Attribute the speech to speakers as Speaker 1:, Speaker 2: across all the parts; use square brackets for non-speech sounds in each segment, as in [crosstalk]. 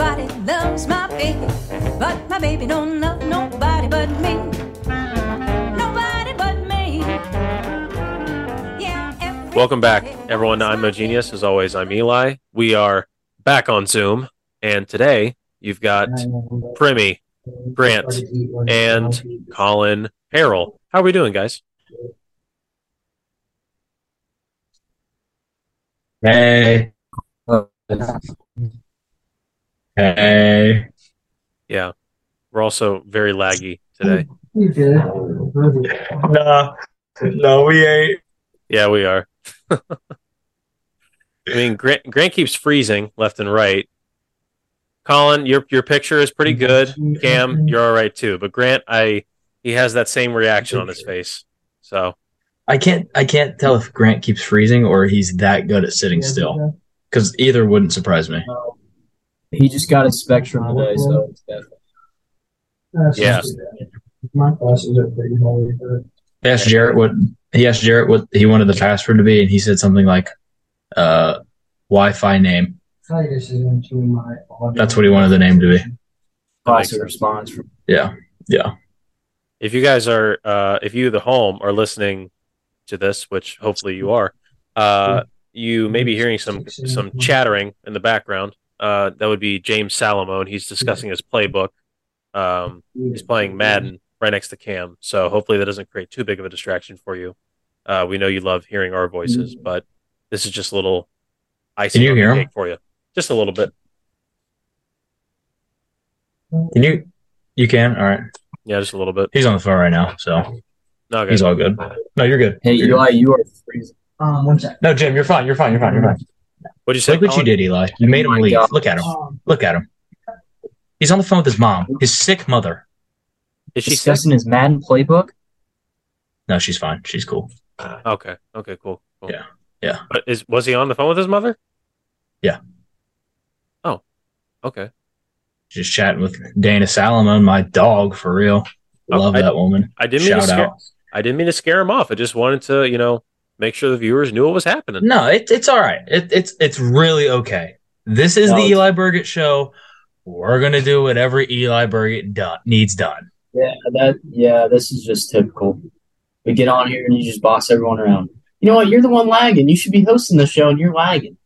Speaker 1: loves my baby, but my baby don't love nobody but me. Nobody but me. Yeah. everybody
Speaker 2: Welcome back, everyone. to I'm No
Speaker 1: loves my
Speaker 2: Genius.
Speaker 1: baby.
Speaker 2: As always, I'm Eli. We are back on Zoom, and today you've got Primy, Grant, and Colin, Harrell. How are we doing, guys?
Speaker 3: Hey. Hey.
Speaker 2: Yeah, we're also very laggy today.
Speaker 3: No, no, we ain't.
Speaker 2: Yeah, we are. [laughs] I mean, Grant, Grant keeps freezing left and right. Colin, your your picture is pretty good. Cam, you're all right too. But Grant, I he has that same reaction on his face. So
Speaker 3: I can't. I can't tell if Grant keeps freezing or he's that good at sitting still. Because either wouldn't surprise me.
Speaker 4: He just got his spectrum today, so it's definitely-
Speaker 2: Yeah.
Speaker 5: My classes are pretty holy.
Speaker 3: He asked Jarrett what he asked Jarrett what he wanted the password to be, and he said something like, "Uh, Wi-Fi name."
Speaker 5: Titus is into my audio.
Speaker 3: That's what he wanted the name to be.
Speaker 4: classic response from
Speaker 3: Yeah, yeah.
Speaker 2: if you guys are uh if you the home are listening to this which hopefully you are uh you may be hearing some some chattering in the background uh that would be james salamone he's discussing his playbook um he's playing madden right next to cam so hopefully that doesn't create too big of a distraction for you uh we know you love hearing our voices but this is just a little icing
Speaker 3: you
Speaker 2: on the
Speaker 3: hear him?
Speaker 2: cake for you just a little bit
Speaker 3: Can you? You can. All right.
Speaker 2: yeah just a little bit
Speaker 3: He's on the phone right now, so
Speaker 2: no guys
Speaker 3: he's all good. No, you're good.
Speaker 4: Hey
Speaker 3: You're good.
Speaker 4: Eli, you are freezing.
Speaker 5: Um, one sec.
Speaker 3: No, Jim, you're fine. You're fine. You're fine. You're fine.
Speaker 2: what'd you say
Speaker 3: Look what you
Speaker 2: Colin?
Speaker 3: did, Eli. You made him
Speaker 4: my
Speaker 3: leave.
Speaker 4: God.
Speaker 3: Look at him.
Speaker 5: Um,
Speaker 3: Look at him. He's on the phone with his mom, his sick mother.
Speaker 2: is she sick?
Speaker 4: discussing his Madden playbook.
Speaker 3: No, she's fine. She's cool.
Speaker 2: Okay. Okay. Cool. cool.
Speaker 3: Yeah, yeah.
Speaker 2: But is was he on the phone with his mother?
Speaker 3: Yeah.
Speaker 2: Oh. Okay.
Speaker 3: Just chatting with Dana Salomon, my dog, for real.
Speaker 2: Oh,
Speaker 3: Love
Speaker 2: I-
Speaker 3: that woman.
Speaker 2: I didn't mean to
Speaker 3: Shout
Speaker 2: scare,
Speaker 3: out.
Speaker 2: I didn't mean to scare him off. I just wanted to, you know, make sure the viewers knew what was happening.
Speaker 3: No, it, it's all right. It, it's it's really okay. This is
Speaker 4: No,
Speaker 3: the
Speaker 4: it's-
Speaker 3: Eli Burgett show. We're gonna do whatever Eli Burgett done, needs done.
Speaker 4: Yeah, that yeah, this is just typical. We get on here and you just boss everyone around. You know what? You're the one lagging. You should be hosting the show, and you're lagging.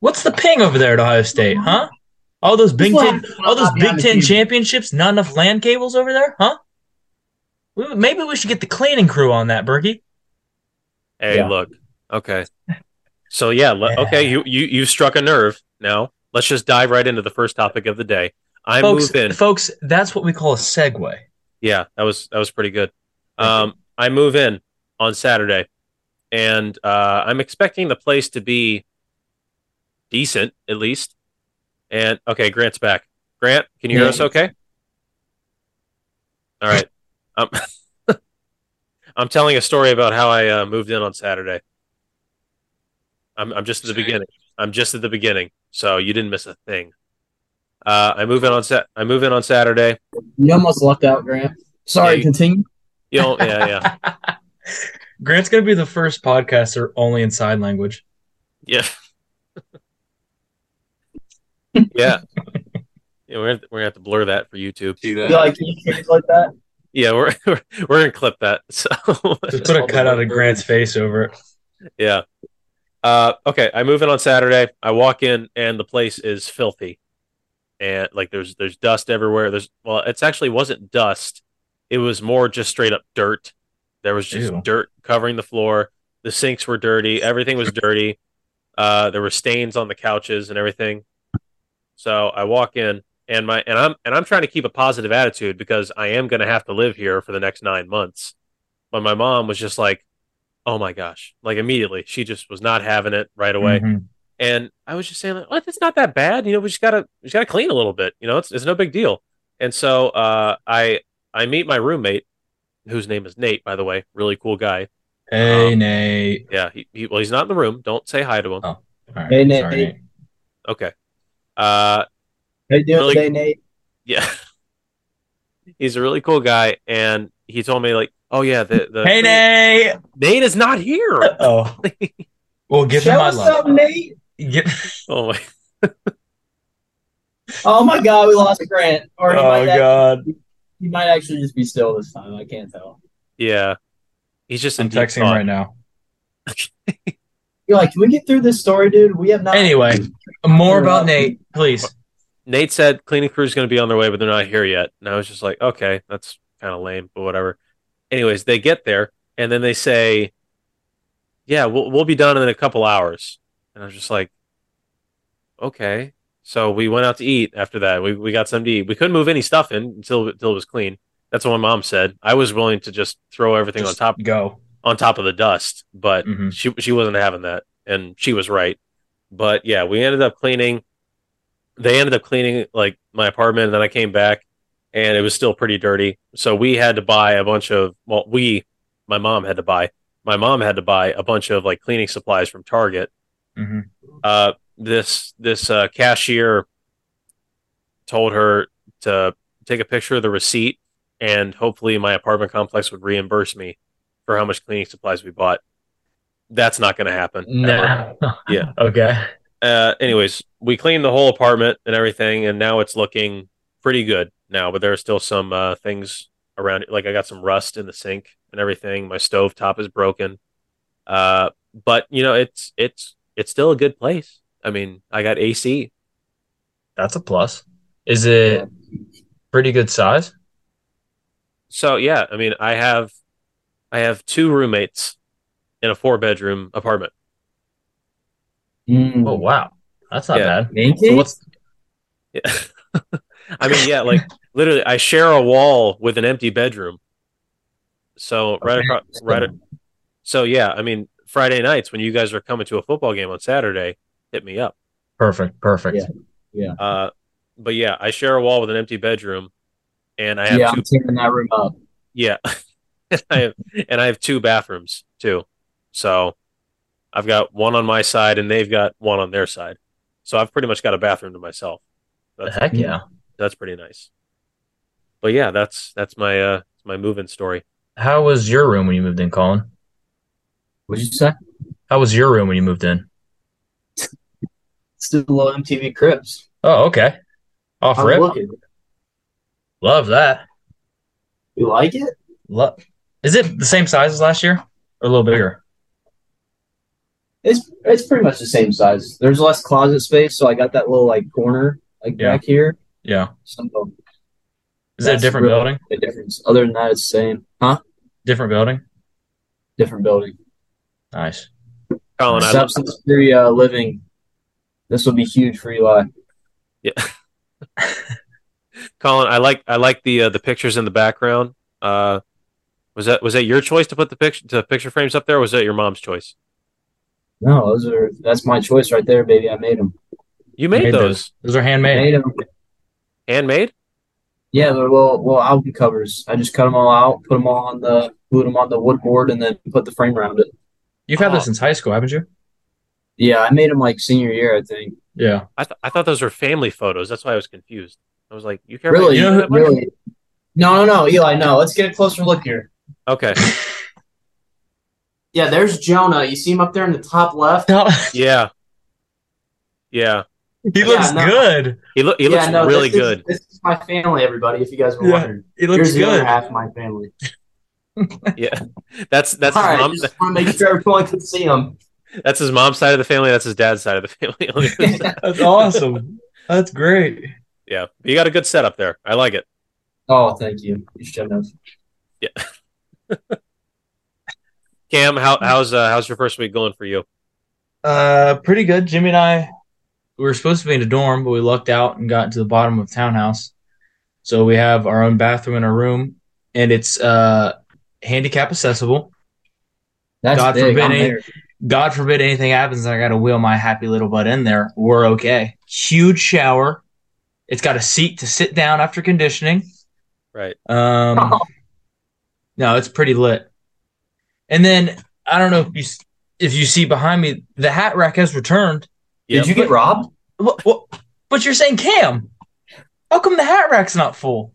Speaker 3: What's the ping over there at Ohio State, huh? All those Big
Speaker 4: Who's
Speaker 3: Ten,
Speaker 4: lagging?
Speaker 3: all those
Speaker 4: I'll be
Speaker 3: Big
Speaker 4: honest
Speaker 3: Ten
Speaker 4: with you.
Speaker 3: championships. Not enough land cables over there, huh? We- Maybe we should get the cleaning crew on that, Berkey. Mm-hmm.
Speaker 2: Hey,
Speaker 4: Yeah.
Speaker 2: look. Okay. So yeah, le- okay, you you you struck a nerve. Now let's just dive right into the first topic of the day. I
Speaker 3: folks,
Speaker 2: move in.
Speaker 3: folks, that's what we call a segue.
Speaker 2: Yeah, that was that was pretty good.
Speaker 3: Thank you.
Speaker 2: Um, I move in on Saturday, and uh, I'm expecting the place to be decent at least. And okay, Grant's back. Grant, can you hear
Speaker 4: Yeah.
Speaker 2: us? Okay. All right. Um, [laughs] I'm telling a story about how I uh, moved in on Saturday. I'm I'm just at the beginning. I'm just at the beginning, so you didn't miss a thing. Uh, I move in on set. I move in on Saturday.
Speaker 4: You almost lucked out, Grant. Sorry,
Speaker 2: Yeah, you-
Speaker 4: continue.
Speaker 2: You know, yeah, yeah.
Speaker 3: Grant's gonna be the first podcaster only in sign language.
Speaker 2: [laughs] Yeah. yeah. Yeah, we're gonna, we're gonna have to blur that for YouTube.
Speaker 6: See that?
Speaker 4: You like you change like that?
Speaker 2: Yeah, we're [laughs] we're, we're gonna clip that. [laughs] So
Speaker 3: Just put a cutout of Grant's face over it.
Speaker 2: yeah. Uh, okay, I move in on Saturday. I walk in and the place is filthy, and like there's there's dust everywhere. There's well, it's actually wasn't dust. It was more just straight up dirt. There was just
Speaker 3: Ew.
Speaker 2: dirt covering the floor. The sinks were dirty. Everything was dirty. Uh, there were stains on the couches and everything. So I walk in and my and I'm and I'm trying to keep a positive attitude because I am going to have to live here for the next 9 months. But my mom was just like, "Oh my gosh." Like immediately. She just was not having it right away.
Speaker 3: Mhm.
Speaker 2: And I was just saying like, "Well, it's not that bad. You know, we just got to we just got to clean a little bit. You know, it's it's no big deal." And so uh I I meet my roommate whose name is Nate by the way, really cool guy.
Speaker 3: Hey
Speaker 2: Um,
Speaker 3: Nate.
Speaker 2: Yeah, he, he well he's not in the room. Don't say hi to him.
Speaker 3: Oh. All right,
Speaker 4: Hey, Nate.
Speaker 3: sorry,
Speaker 2: Okay. Uh
Speaker 4: How you doing
Speaker 2: Really-
Speaker 4: today, Nate?
Speaker 2: yeah [laughs] he's a really cool guy and he told me like oh yeah the, the
Speaker 3: Hey Nate.
Speaker 2: nate is not here [laughs]
Speaker 3: Oh. [laughs] well, give
Speaker 4: Show
Speaker 3: him my
Speaker 4: us
Speaker 3: love.
Speaker 4: up, Nate.
Speaker 3: Give-
Speaker 2: oh my
Speaker 4: Oh my god, we lost Grant. Or he, might act-
Speaker 3: Oh, god.
Speaker 4: he might actually just be still this time. I can't tell.
Speaker 2: Yeah. He's just in
Speaker 3: I'm
Speaker 2: deep
Speaker 3: texting him
Speaker 2: thought.
Speaker 3: right now.
Speaker 4: You're like, can we get through this story, dude? We have not.
Speaker 3: Anyway, more about Nate, please.
Speaker 2: Nate said cleaning crew is going to be on their way, but they're not here yet. And I was just like, okay, that's kind of lame, but whatever. Anyways, they get there and then they say, yeah, we'll, we'll be done in a couple hours. And I was just like, okay. So we went out to eat after that. We, we got something to eat. We couldn't move any stuff in until, until it was clean. That's what my mom said. I was willing to just throw everything
Speaker 3: Just
Speaker 2: on top
Speaker 3: Go.
Speaker 2: on top of the dust, but
Speaker 3: Mhm.
Speaker 2: she she wasn't having that, and she was right. But yeah, we ended up cleaning. They ended up cleaning like my apartment, and then I came back, and it was still pretty dirty. So we had to buy a bunch of well, we my mom had to buy my mom had to buy a bunch of like cleaning supplies from Target.
Speaker 3: Mhm.
Speaker 2: Uh, this this uh, cashier told her to take a picture of the receipt, and hopefully my apartment complex would reimburse me for how much cleaning supplies we bought. That's not going to happen.
Speaker 4: Mm,
Speaker 2: ever [laughs] Yeah.
Speaker 3: Okay.
Speaker 2: uh, anyways, we cleaned the whole apartment and everything, and now it's looking pretty good now. But there are still some uh, things around it. Like I got some rust in the sink and everything. My stove top is broken. Uh, but you know, it's it's it's still a good place. I mean, I got AC.
Speaker 3: That's a plus. Is it pretty good size?
Speaker 2: So yeah, I mean, I have I have two roommates in a four bedroom apartment.
Speaker 4: Mm.
Speaker 3: Oh wow. That's not
Speaker 2: Yeah.
Speaker 3: bad.
Speaker 4: Pancakes?
Speaker 3: So what's
Speaker 2: Yeah. I mean, yeah, like literally, I share a wall with an empty bedroom. So right across, right. a- So yeah, I mean, Friday nights when you guys are coming to a football game on Saturday, hit me up.
Speaker 3: perfect, perfect.
Speaker 4: Yeah.
Speaker 2: Uh, but yeah, I share a wall with an empty bedroom, and I have
Speaker 4: yeah,
Speaker 2: two.
Speaker 4: I'm tearing that room up.
Speaker 2: Yeah, [laughs] and I have and I have two bathrooms too. So I've got one on my side, and they've got one on their side. So I've pretty much got a bathroom to myself. That's
Speaker 3: Heck yeah.
Speaker 2: that's pretty nice. But yeah, that's that's my uh my move-in story.
Speaker 3: How was your room when you moved in, Colin?
Speaker 4: What'd you say?
Speaker 3: How was your room when you moved in?
Speaker 4: Still low MTV Crips.
Speaker 3: Oh, okay. Off
Speaker 4: I'm
Speaker 3: rip.
Speaker 4: looking.
Speaker 3: Love that.
Speaker 4: You like it?
Speaker 3: Love. Is it the same size as last year? Or a little bigger?
Speaker 4: It's it's pretty much the same size. There's less closet space, so I got that little like corner like
Speaker 3: Yeah.
Speaker 4: back here.
Speaker 3: Yeah.
Speaker 4: So
Speaker 3: Is
Speaker 4: that's
Speaker 3: it a different
Speaker 4: really
Speaker 3: building?
Speaker 4: The difference. Other than that, it's the same. Huh?
Speaker 3: Different building?
Speaker 4: Different building.
Speaker 3: Nice.
Speaker 2: Colin, Oh, I love,
Speaker 4: Substance free uh, living. This will be huge for Eli.
Speaker 2: Colin, I like I like the uh, the pictures in the background. Uh, was that was that your choice to put the picture the picture frames up there? or Was that your mom's choice?
Speaker 4: No, those are that's my choice right there, baby. I made them.
Speaker 2: You made,
Speaker 3: Made
Speaker 2: those.
Speaker 3: those. Those are handmade.
Speaker 4: Made them.
Speaker 2: handmade.
Speaker 4: Yeah, they're little little album covers. I just cut them all out, put them all on the glued them on the wood board, and then put the frame around it.
Speaker 3: You've had
Speaker 2: Oh.
Speaker 3: this since high school, haven't you?
Speaker 4: Yeah, I made them like senior year, I think.
Speaker 3: Yeah.
Speaker 2: I th- I thought those were family photos. That's why I was confused. I was like, you care about
Speaker 4: Really,
Speaker 2: your family that much?
Speaker 4: really. No, no, no, Eli. No, let's get a closer look here.
Speaker 2: Okay,
Speaker 4: Yeah, there's Jonah. You see him up there in the top left.
Speaker 3: No,
Speaker 2: yeah, yeah.
Speaker 3: [laughs] he looks
Speaker 4: Yeah, no.
Speaker 3: good.
Speaker 2: He look he looks
Speaker 4: yeah, no,
Speaker 2: really
Speaker 4: this is-
Speaker 2: good.
Speaker 4: this is my family, everybody. If you guys were
Speaker 3: Yeah,
Speaker 4: wondering,
Speaker 3: He
Speaker 4: here's
Speaker 3: looks
Speaker 4: the other
Speaker 3: good.
Speaker 4: half of my family.
Speaker 2: That's that's
Speaker 4: All
Speaker 2: his
Speaker 4: right,
Speaker 2: mom's
Speaker 4: just want to make sure everyone can see him.
Speaker 2: that's his mom's side of the family. That's his dad's side of the family. [laughs] Look at
Speaker 4: [laughs]
Speaker 2: this.
Speaker 3: That's awesome. That's great.
Speaker 2: yeah, you got a good setup there. I like it.
Speaker 4: Oh, thank you. You should have.
Speaker 2: Cam, how, how's uh, how's your first week going for you?
Speaker 3: Uh, pretty good. Jimmy and I we were supposed to be in a dorm, but we lucked out and got to the bottom of townhouse. So we have our own bathroom in our room, and it's uh handicap accessible.
Speaker 4: That's
Speaker 3: God
Speaker 4: big.
Speaker 3: forbid
Speaker 4: I'm
Speaker 3: any-
Speaker 4: there.
Speaker 3: God forbid anything happens and I gotta wheel my happy little butt in there. We're okay. Huge shower. It's got a seat to sit down after conditioning.
Speaker 2: Right.
Speaker 3: Um, no, it's pretty lit. And then I don't know if you s- if you see behind me, the hat rack has returned.
Speaker 2: Yeah.
Speaker 4: Did you get robbed?
Speaker 3: What, what, but you're saying Cam? How come the hat rack's not full?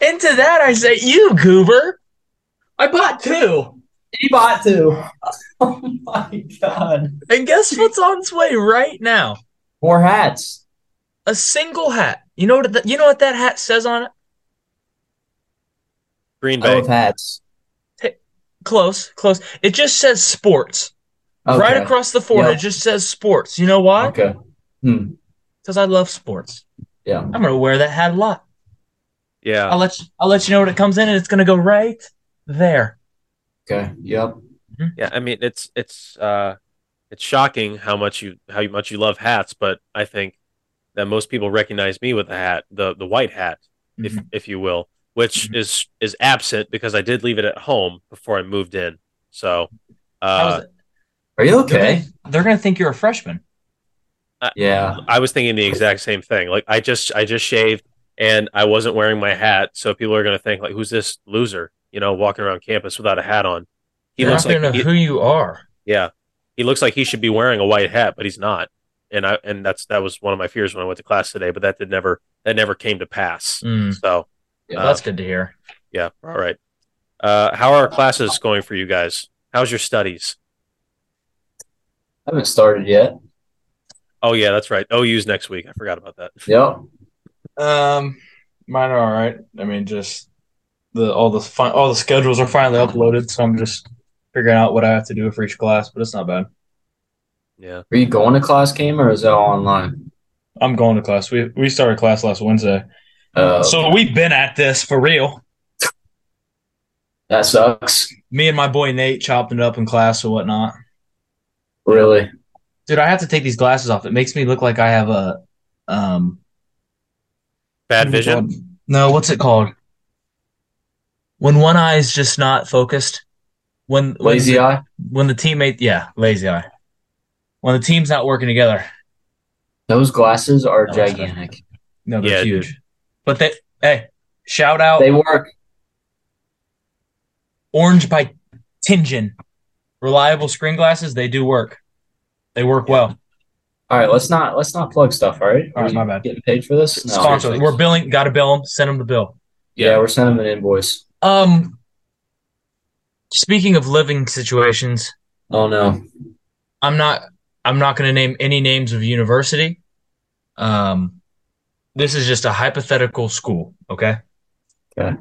Speaker 3: And to that I say, you goober. I bought two,
Speaker 4: He bought [laughs] two. Oh my god. [laughs]
Speaker 3: and guess what's on its way right now?
Speaker 4: Four hats.
Speaker 3: a single hat. You know what? th- you know what that hat says on it?
Speaker 2: Green
Speaker 4: I
Speaker 2: Bay.
Speaker 4: love hats.
Speaker 3: Close, close. It just says sports
Speaker 4: Okay.
Speaker 3: right across the forehead.
Speaker 4: Yeah.
Speaker 3: It just says sports. You know why?
Speaker 4: Okay. Hmm.
Speaker 3: Because I love sports.
Speaker 4: Yeah.
Speaker 3: I'm gonna wear that hat a lot.
Speaker 2: Yeah.
Speaker 4: Um,
Speaker 3: I'll let you, I'll let you know when it comes in, and it's gonna go right there.
Speaker 4: Okay. Yep.
Speaker 2: Yeah, I mean it's it's uh it's shocking how much you how much you love hats, but I think that most people recognize me with the hat, the the white hat,
Speaker 4: Mm-hmm.
Speaker 2: if if you will, which
Speaker 3: Mhm.
Speaker 2: is is absent because I did leave it at home before I moved in. So
Speaker 3: How's
Speaker 2: uh
Speaker 3: it?
Speaker 4: Are you okay?
Speaker 3: They're gonna think you're a freshman.
Speaker 4: Yeah.
Speaker 2: I was thinking the exact same thing. Like I just I just shaved and I wasn't wearing my hat, so people are gonna think like who's this loser, you know, walking around campus without a hat on. He
Speaker 3: They're
Speaker 2: looks
Speaker 3: not gonna
Speaker 2: like
Speaker 3: know
Speaker 2: he-
Speaker 3: who you are.
Speaker 2: Yeah. He looks like he should be wearing a white hat, but he's not. And I and that's that was one of my fears when I went to class today, but that did never that never came to pass.
Speaker 3: Mm,
Speaker 2: So
Speaker 3: yeah,
Speaker 2: uh,
Speaker 3: that's good to hear.
Speaker 2: yeah, all right. Uh how are classes going for you guys? How's your studies?
Speaker 4: I haven't started yet.
Speaker 2: Oh yeah, that's right. OU's next week. I forgot about that.
Speaker 4: Yep.
Speaker 3: Um, mine are all right. I mean, just the all the fi- all the schedules are finally uploaded, so I'm just figuring out what I have to do for each class. But it's not bad.
Speaker 2: Yeah.
Speaker 4: Are you going to class, Cam, or is that all online?
Speaker 3: I'm going to class. We we started class last Wednesday,
Speaker 2: Oh,
Speaker 4: Uh,
Speaker 3: so we've been at this for real.
Speaker 4: that sucks.
Speaker 3: Me and my boy Nate chopped it up in class or whatnot.
Speaker 4: Really?
Speaker 3: Dude, I have to take these glasses off. It makes me look like I have a um
Speaker 2: Bad
Speaker 3: what's it
Speaker 2: vision.
Speaker 3: called? No, what's it called? When one eye is just not focused. When when
Speaker 4: Lazy
Speaker 3: the,
Speaker 4: eye?
Speaker 3: when the teammate yeah, lazy eye. When the team's not working together.
Speaker 4: Those glasses are
Speaker 3: No, it's not.
Speaker 4: gigantic.
Speaker 3: No, they're
Speaker 2: Yeah,
Speaker 3: huge. But they hey, shout out
Speaker 4: They work.
Speaker 3: Orange by Tingen. Reliable screen glasses, they do work. They work well.
Speaker 4: All right, let's not let's not plug stuff. All right.
Speaker 3: All right,
Speaker 4: Are
Speaker 3: my
Speaker 4: we
Speaker 3: bad.
Speaker 4: Getting paid for this? No.
Speaker 3: Sponsor.
Speaker 2: seriously.
Speaker 3: We're billing gotta bill them, send them the bill.
Speaker 4: Yeah, we're sending them an invoice.
Speaker 3: Um, speaking of living situations,
Speaker 4: Oh no.
Speaker 3: I'm not. I'm not going to name any names of university. Um, this is just a hypothetical school. Okay.
Speaker 4: Okay.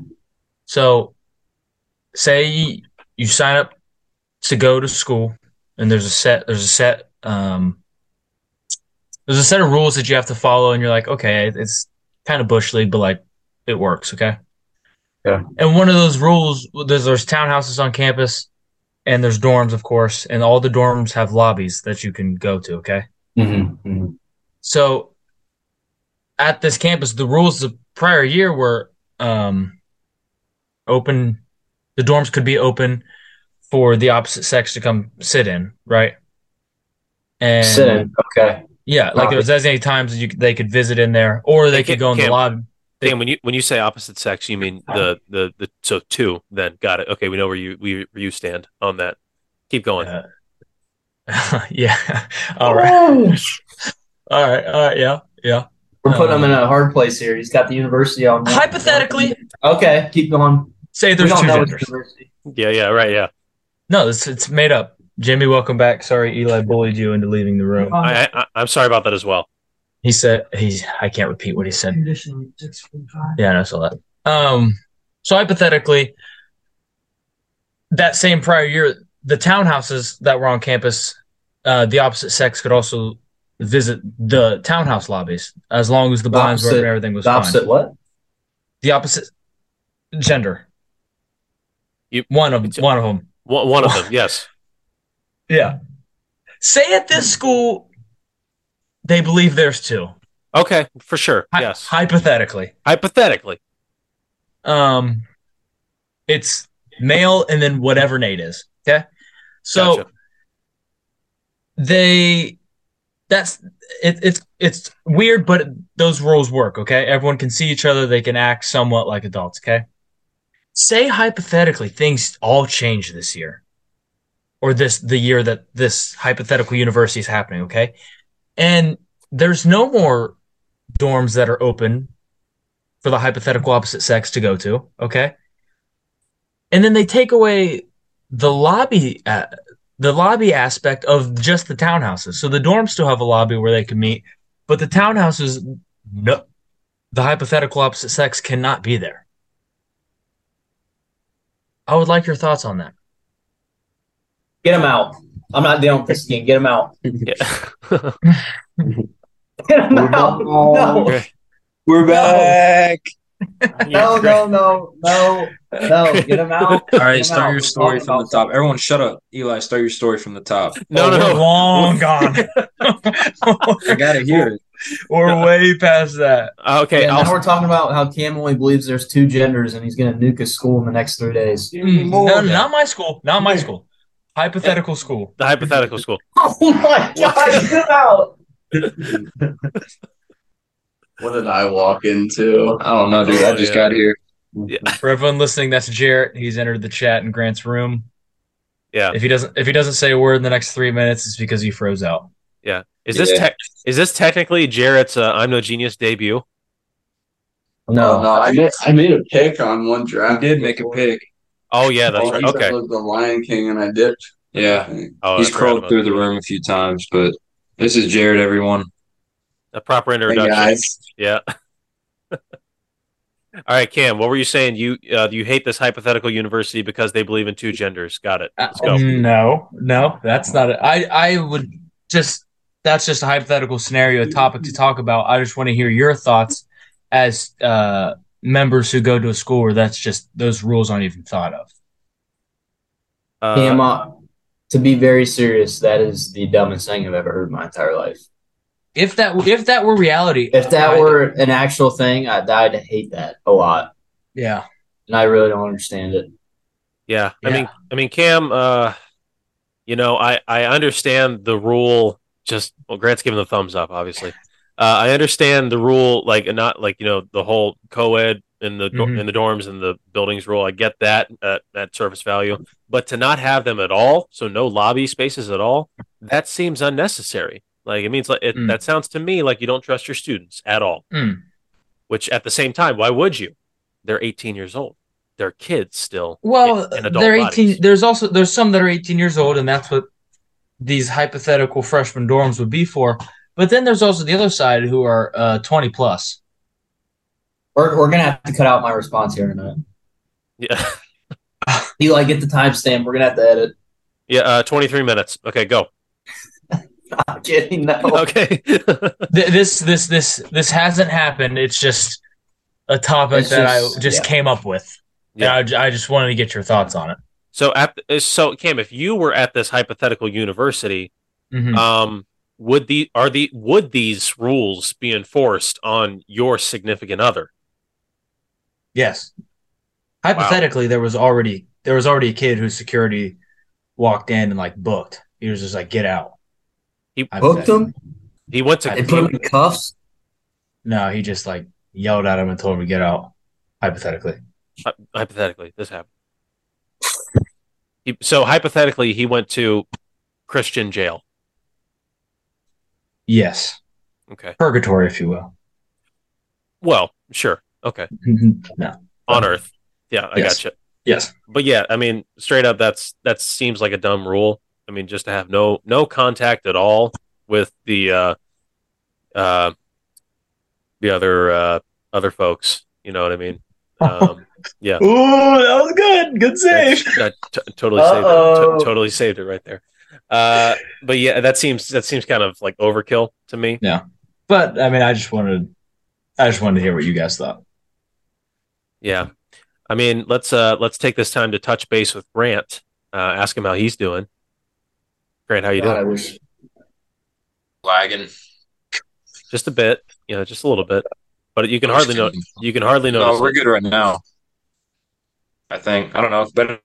Speaker 3: So, say you sign up to go to school, and there's a set. There's a set. Um, there's a set of rules that you have to follow, and you're like, okay, it's kind of bush league, but like it works. Okay. And one of those rules, there's, there's townhouses on campus, and there's dorms, of course, and all the dorms have lobbies that you can go to. Okay,
Speaker 4: Mm-hmm. hmm
Speaker 3: so at this campus, the rules the prior year were um, open. The dorms could be open for the opposite sex to come sit in, right? And
Speaker 4: Sit in. Okay.
Speaker 3: yeah, like there was designated times that you could- they could visit in there, or they
Speaker 2: Hey,
Speaker 3: could
Speaker 2: Cam-
Speaker 3: go in the
Speaker 2: Cam.
Speaker 3: lobby. [laughs]
Speaker 2: Dan, when you when you say opposite sex, you mean the the, the so two, then got it. Okay, we know where you we where you stand on that. Keep going.
Speaker 3: Uh, yeah, [laughs] all right. All right, all right, yeah, yeah.
Speaker 4: We're putting him in a hard place here. He's got the university on.
Speaker 3: Hypothetically,
Speaker 4: Okay, keep going.
Speaker 3: say
Speaker 4: We
Speaker 3: there's
Speaker 4: don't
Speaker 3: two
Speaker 4: know which
Speaker 3: genders.
Speaker 4: university.
Speaker 2: Yeah, yeah, right, yeah.
Speaker 3: No, it's it's made up. Jimmy, welcome back. Sorry, Eli bullied you into leaving the room.
Speaker 4: Uh,
Speaker 2: I, I- I I'm sorry about that as well.
Speaker 3: He said he. I can't repeat what he said.
Speaker 5: Conditioning, six point five.
Speaker 3: Yeah, I know, I saw that. Um, so hypothetically, that same prior year, the townhouses that were on campus, uh, the opposite sex could also visit the townhouse lobbies as long as the blinds were up
Speaker 4: opposite-
Speaker 3: and everything was
Speaker 4: The opposite
Speaker 3: fine.
Speaker 4: what?
Speaker 3: The opposite gender.
Speaker 2: You-
Speaker 3: one of
Speaker 2: it's-
Speaker 3: one of them.
Speaker 2: One, one of
Speaker 4: [laughs]
Speaker 2: them, yes.
Speaker 3: Yeah. Say at this
Speaker 2: Hmm.
Speaker 3: school, they believe there's two.
Speaker 2: Okay, for sure.
Speaker 3: Hy-
Speaker 2: yes.
Speaker 3: Hypothetically,
Speaker 2: Hypothetically.
Speaker 3: um, it's male and then whatever Nate is. Okay. So
Speaker 2: Gotcha.
Speaker 3: they, that's it, it's it's weird, but those rules work. Okay, everyone can see each other. They can act somewhat like adults. Okay. Say hypothetically, things all change this year, or this the year that this hypothetical university is happening. Okay, and there's no more dorms that are open for the hypothetical opposite sex to go to. Okay. And then they take away the lobby, uh, the lobby aspect of just the townhouses. So the dorms still have a lobby where they can meet, but the townhouses, No, the hypothetical opposite sex cannot be there. I would like your thoughts on that.
Speaker 4: Get him out. I'm not dealing with this again. Get him out. [laughs]
Speaker 2: Yeah.
Speaker 4: Get [laughs] him
Speaker 5: We're
Speaker 4: out.
Speaker 5: back.
Speaker 4: No.
Speaker 6: We're
Speaker 4: No.
Speaker 6: back.
Speaker 4: No, no, no, no, no. Get
Speaker 2: [laughs]
Speaker 4: him out.
Speaker 6: All right,
Speaker 4: Get 'em
Speaker 6: start
Speaker 4: out.
Speaker 6: your story
Speaker 4: Talk
Speaker 6: from the
Speaker 4: about
Speaker 6: top. Everyone, shut up. Eli, start your story from the top.
Speaker 2: no, no,
Speaker 3: We're
Speaker 2: no.
Speaker 3: [laughs] long gone.
Speaker 6: I [laughs] gotta hear it.
Speaker 3: We're way past that.
Speaker 2: Uh, Okay,
Speaker 4: yeah, now
Speaker 2: I'll,
Speaker 4: we're talking about how Cam only believes there's two genders and he's going to nuke his school in the next three days.
Speaker 3: No, not my school. Not my school. Hypothetical school.
Speaker 2: the hypothetical school.
Speaker 4: [laughs] Oh my God, get him out.
Speaker 6: [laughs] What did I walk into? I don't know, dude. I just
Speaker 2: Oh, Yeah.
Speaker 6: got here.
Speaker 3: For everyone listening, that's Jarrett. He's entered the chat in Grant's room.
Speaker 2: Yeah.
Speaker 3: If he doesn't, if he doesn't say a word in the next three minutes, it's because he froze out.
Speaker 2: Is this
Speaker 6: Yeah.
Speaker 2: tech? Is this technically Jarrett's uh, "I'm No Genius" debut? Oh,
Speaker 4: No.
Speaker 7: no, I made, I made a pick on one
Speaker 6: I
Speaker 7: draft.
Speaker 6: did make a pick.
Speaker 2: Oh yeah, that's
Speaker 7: All
Speaker 2: right.
Speaker 7: he said
Speaker 2: Okay.
Speaker 7: was the Lion King, and I dipped.
Speaker 6: Yeah,
Speaker 2: Oh,
Speaker 6: he's
Speaker 2: that's right.
Speaker 6: crawled through the room a few times, but this is Jared. Everyone,
Speaker 2: A proper
Speaker 7: Hey
Speaker 2: introduction.
Speaker 7: guys,
Speaker 2: Yeah. [laughs] All right, Cam. What were you saying? You uh, you hate this hypothetical university because they believe in two genders. Got it. Let's go.
Speaker 3: Uh, No, no, that's not it. I, I would just that's just a hypothetical scenario, a topic to talk about. I just want to hear your thoughts as uh, members who go to a school where that's just those rules aren't even thought of.
Speaker 4: Cam,
Speaker 2: Uh,
Speaker 4: uh, to be very serious, that is the dumbest thing I've ever heard in my entire life.
Speaker 3: If that if that were reality,
Speaker 4: If that
Speaker 3: I-
Speaker 4: were an actual thing, I'd, I'd hate that a lot.
Speaker 3: yeah,
Speaker 4: And I really don't understand it.
Speaker 2: yeah. I
Speaker 3: yeah.
Speaker 2: mean, I mean, Cam. Uh, you know, I I understand the rule. Just well, Grant's giving the thumbs up. Obviously, uh, I understand the rule. Like and not like you know the whole co-ed in the dor
Speaker 3: Mhm.
Speaker 2: in the dorms and the buildings rule. I get that at, at surface value, but to not have them at all, so no lobby spaces at all, that seems unnecessary. Like it means like it,
Speaker 3: Mm.
Speaker 2: that sounds to me like you don't trust your students at all.
Speaker 3: Mm.
Speaker 2: Which at the same time, why would you? They're 18 years old. They're kids still.
Speaker 3: Well,
Speaker 2: in adult
Speaker 3: they're eighteen.
Speaker 2: bodies.
Speaker 3: There's also there's some that are eighteen years old, and that's what these hypothetical freshman dorms would be for. But then there's also the other side who are uh, twenty plus.
Speaker 4: We're, we're going to have to cut out my response here in a minute.
Speaker 2: Yeah. [laughs]
Speaker 4: Eli, get the timestamp. We're going to have to edit. [laughs]
Speaker 2: Yeah, uh, 23 minutes. Okay, go.
Speaker 4: I'm kidding. No.
Speaker 2: [laughs]
Speaker 3: Oh.
Speaker 2: Okay.
Speaker 3: Th- this this this this hasn't happened. It's just a topic
Speaker 4: It's
Speaker 3: that I
Speaker 4: just-
Speaker 3: just
Speaker 4: yeah.
Speaker 3: came up with.
Speaker 2: Yeah.
Speaker 3: Yeah, I, just wanted to get your thoughts on it.
Speaker 2: so at uh, so Cam, if you were at this hypothetical university,
Speaker 4: Mm-hmm.
Speaker 3: Mhm.
Speaker 2: um would the are the would these rules be enforced on your significant other?
Speaker 3: Yes. Hypothetically, there was already there was already a kid whose security walked in and like booked. He was just like, "Get out."
Speaker 2: He
Speaker 4: Hooked him
Speaker 2: He went to
Speaker 3: I
Speaker 4: and put him in cuffs.
Speaker 3: No, he just like yelled at him and told him to get out. Hypothetically,
Speaker 2: hy- hypothetically this happened. He, so hypothetically he went to Christian jail.
Speaker 3: yes,
Speaker 2: Okay.
Speaker 3: purgatory, if you will.
Speaker 2: Well, sure. Okay.
Speaker 3: no,
Speaker 2: On earth. Yeah, I
Speaker 3: Mm-hmm. Yes.
Speaker 2: gotcha.
Speaker 3: yes,
Speaker 2: but yeah, I mean, straight up, that's that seems like a dumb rule. I mean, just to have no no contact at all with the uh, uh, the other uh, other folks. You know what I mean? Um, yeah,
Speaker 3: Ooh, that was good. Good [laughs]
Speaker 2: that, that t- totally saved it.
Speaker 4: Uh-oh.
Speaker 2: T- totally saved it right there. Uh, but yeah, that seems that seems kind of like overkill to me.
Speaker 3: But I mean, I just wanted, I just wanted to hear what you guys thought.
Speaker 2: Yeah, I mean, let's uh let's take this time to touch base with Grant. Uh, ask him how he's doing. Grant, how you doing?
Speaker 4: God, I wish.
Speaker 6: lagging.
Speaker 2: just a bit, you know, just a little bit. But you can hardly know. You can hardly notice.
Speaker 6: No, Oh, we're
Speaker 2: it.
Speaker 6: good right now. I think I don't know. It's better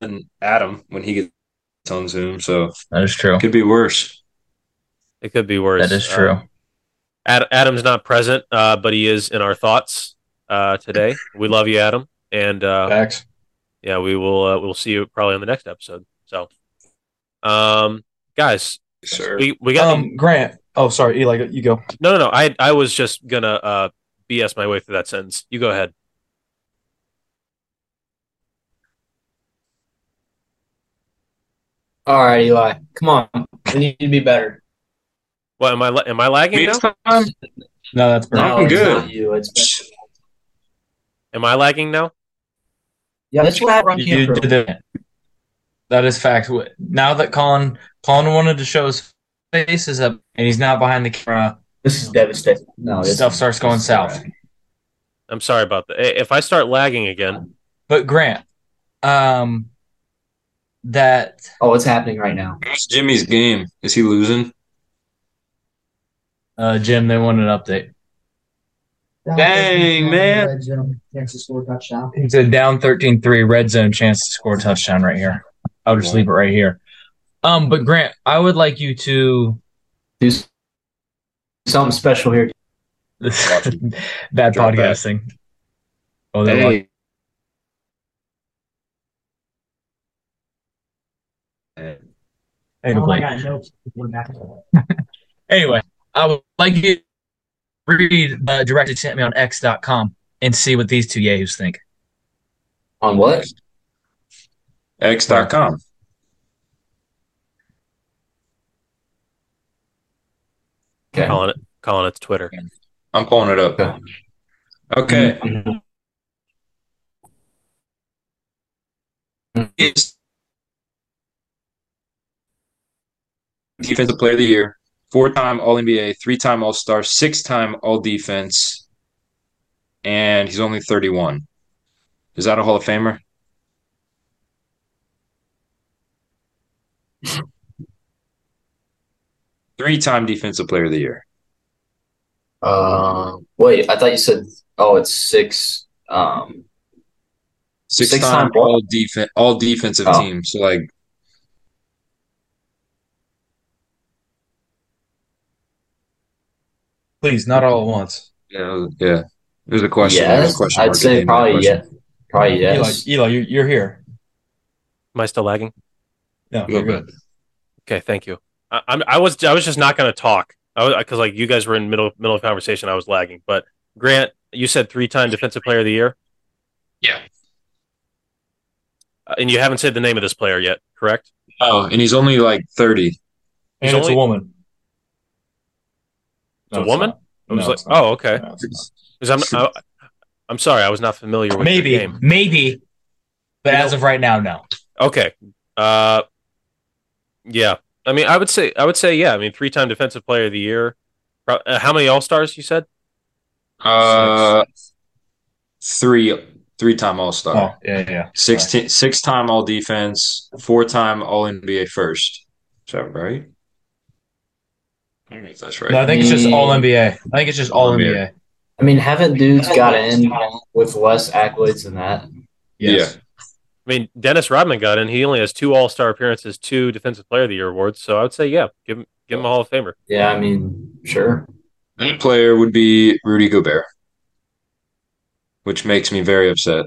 Speaker 6: than Adam when he gets on Zoom, so
Speaker 3: That is true.
Speaker 6: could be worse.
Speaker 2: It could be worse.
Speaker 3: That is
Speaker 2: Uh,
Speaker 3: true.
Speaker 2: Ad- Adam's not present, uh, but he is in our thoughts uh, today. We love you, Adam, and uh,
Speaker 3: Facts.
Speaker 2: yeah, we will. Uh, we'll see you probably on the next episode. So, um, guys,
Speaker 6: Sir,
Speaker 2: we we got any-
Speaker 3: Um, Grant. Oh, sorry, Eli. You go.
Speaker 2: no, no, no. I I was just gonna uh, BS my way through that sentence. You go ahead.
Speaker 4: All right, Eli. Come on. We need to be better.
Speaker 2: Well, am I la- am I lagging now?
Speaker 3: No, that's perfect.
Speaker 6: No, I'm
Speaker 4: it's
Speaker 6: good.
Speaker 4: not you. It's been-
Speaker 2: Am I lagging now?
Speaker 4: yeah, that's what happened on
Speaker 3: You
Speaker 4: camper.
Speaker 3: did it. That is fact. Wh- Now that Colin Colin wanted to show his face is up and he's not behind the camera,
Speaker 4: This is devastating. No, this-
Speaker 3: stuff starts going south.
Speaker 2: I'm sorry about that. I- If I start lagging again,
Speaker 3: But Grant, um, that
Speaker 4: Oh, it's happening right now.
Speaker 6: How's Jimmy's game? Is he losing?
Speaker 3: uh, Jim, they want an update.
Speaker 6: Dang, man.
Speaker 5: Red zone, Kansas scored touchdown.
Speaker 3: It's a down 13-3 red zone chance to score a touchdown right here. I'll just leave it right here. Um, but Grant, I would like you to [laughs]
Speaker 4: Do s- something special here.
Speaker 3: bad
Speaker 6: Drop back.
Speaker 3: podcasting. Oh, they're like-
Speaker 6: Hey.
Speaker 3: hey, to
Speaker 5: Oh
Speaker 3: Blake.
Speaker 5: my God, no, we're back.
Speaker 3: Anyway, I would like you to read the directed sent me on x.com and see what these two yahoos think.
Speaker 4: On what?
Speaker 6: X.com.
Speaker 4: Okay.
Speaker 2: calling it calling it's Twitter.
Speaker 6: I'm pulling it up. Okay. Is defensive player of the year, four-time All NBA, three-time All Star, six-time All Defense, and he's only 31. Is that a Hall of Famer? Three-time Defensive Player of the Year.
Speaker 4: Uh, wait, I thought you said. Oh, it's six. Um,
Speaker 6: Six,
Speaker 4: Six-time
Speaker 6: time,
Speaker 4: what?
Speaker 6: all defense, all defensive
Speaker 4: Oh.
Speaker 6: team. So like,
Speaker 3: Please, not all at once.
Speaker 6: you know, yeah, there's a question. there's a
Speaker 4: yes,
Speaker 6: question
Speaker 4: I'd
Speaker 6: mark at the end
Speaker 4: say
Speaker 6: of that
Speaker 4: probably
Speaker 6: question.
Speaker 4: yes. Probably yes.
Speaker 3: Eli, Eli you're, you're here.
Speaker 2: Am I still lagging?
Speaker 3: No,
Speaker 6: A little
Speaker 3: you're
Speaker 6: bit.
Speaker 2: Okay, thank you. I, I'm, I was I was just not going to talk. I was because like you guys were in middle middle of conversation. I was lagging. But Grant, you said three time Defensive Player of the Year.
Speaker 6: Yeah.
Speaker 2: Uh, and you haven't said the name of this player yet, correct?
Speaker 6: Oh, and he's only like 30.
Speaker 3: And
Speaker 2: He's
Speaker 3: it's a
Speaker 2: only-
Speaker 3: woman.
Speaker 2: It's a woman?
Speaker 3: not.
Speaker 2: I was
Speaker 3: No,
Speaker 2: like,
Speaker 3: it's not.
Speaker 2: oh, okay.
Speaker 3: No, it's
Speaker 2: 'Cause I'm I, I'm sorry, I was not familiar
Speaker 3: not.
Speaker 2: with the
Speaker 3: Maybe,
Speaker 2: game.
Speaker 3: maybe. But
Speaker 2: You
Speaker 3: as
Speaker 2: know-
Speaker 3: of right now, no.
Speaker 2: Okay. Uh, yeah. I mean, I would say I would say yeah. I mean, three time Defensive Player of the Year. Pro- uh, how many All Stars you said?
Speaker 6: Uh, three three time All
Speaker 3: Oh,
Speaker 6: Star,
Speaker 3: yeah, yeah.
Speaker 6: six six time All Defense, four time All NBA first. Is that right? I think that's right.
Speaker 3: No, I think it's just all NBA. I think it's just all
Speaker 6: NBA.
Speaker 3: NBA.
Speaker 4: I mean, haven't dudes got in with less accolades than that?
Speaker 3: Yes.
Speaker 2: I mean, Dennis Rodman got in. He only has two All Star appearances, two Defensive Player of the Year awards. So I would say yeah, give him give him a Hall of Famer.
Speaker 4: Yeah, I mean, sure.
Speaker 6: Yeah. That player would be Rudy Gobert, which makes me very upset.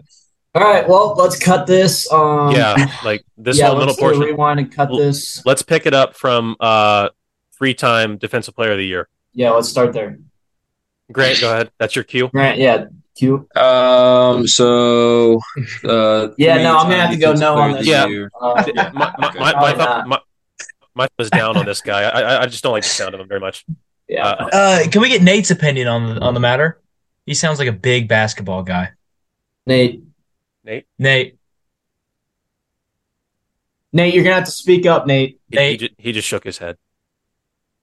Speaker 4: All right, well, let's cut this. Um,
Speaker 2: yeah,
Speaker 4: [laughs]
Speaker 2: like this
Speaker 4: yeah,
Speaker 2: whole middle
Speaker 4: let's do a
Speaker 2: portion.
Speaker 4: rewind and cut
Speaker 2: L-
Speaker 4: this.
Speaker 2: Let's pick it up from uh, three time Defensive Player of the Year.
Speaker 4: Yeah, let's start there.
Speaker 2: Grant, go ahead. That's your cue.
Speaker 4: Grant, yeah, Q. [laughs]
Speaker 6: Um, so, uh,
Speaker 4: Yeah, no, I'm gonna have to go
Speaker 6: three-time
Speaker 4: no on
Speaker 6: Defensive Player of
Speaker 4: this.
Speaker 6: the
Speaker 2: Yeah.
Speaker 6: Year.
Speaker 4: Uh,
Speaker 2: my my
Speaker 6: Okay.
Speaker 2: my, my,
Speaker 4: Probably
Speaker 2: thumb,
Speaker 4: not.
Speaker 2: my, my thumb is down on this guy. I, I I just don't like the sound of him very much.
Speaker 4: yeah.
Speaker 2: Uh,
Speaker 3: Uh, can we get Nate's opinion on the, on the matter? He sounds like a big basketball guy.
Speaker 4: Nate,
Speaker 3: Nate,
Speaker 4: Nate, you're gonna have to speak up, Nate.
Speaker 2: he, he,
Speaker 3: Nate.
Speaker 2: ju- he just shook his head.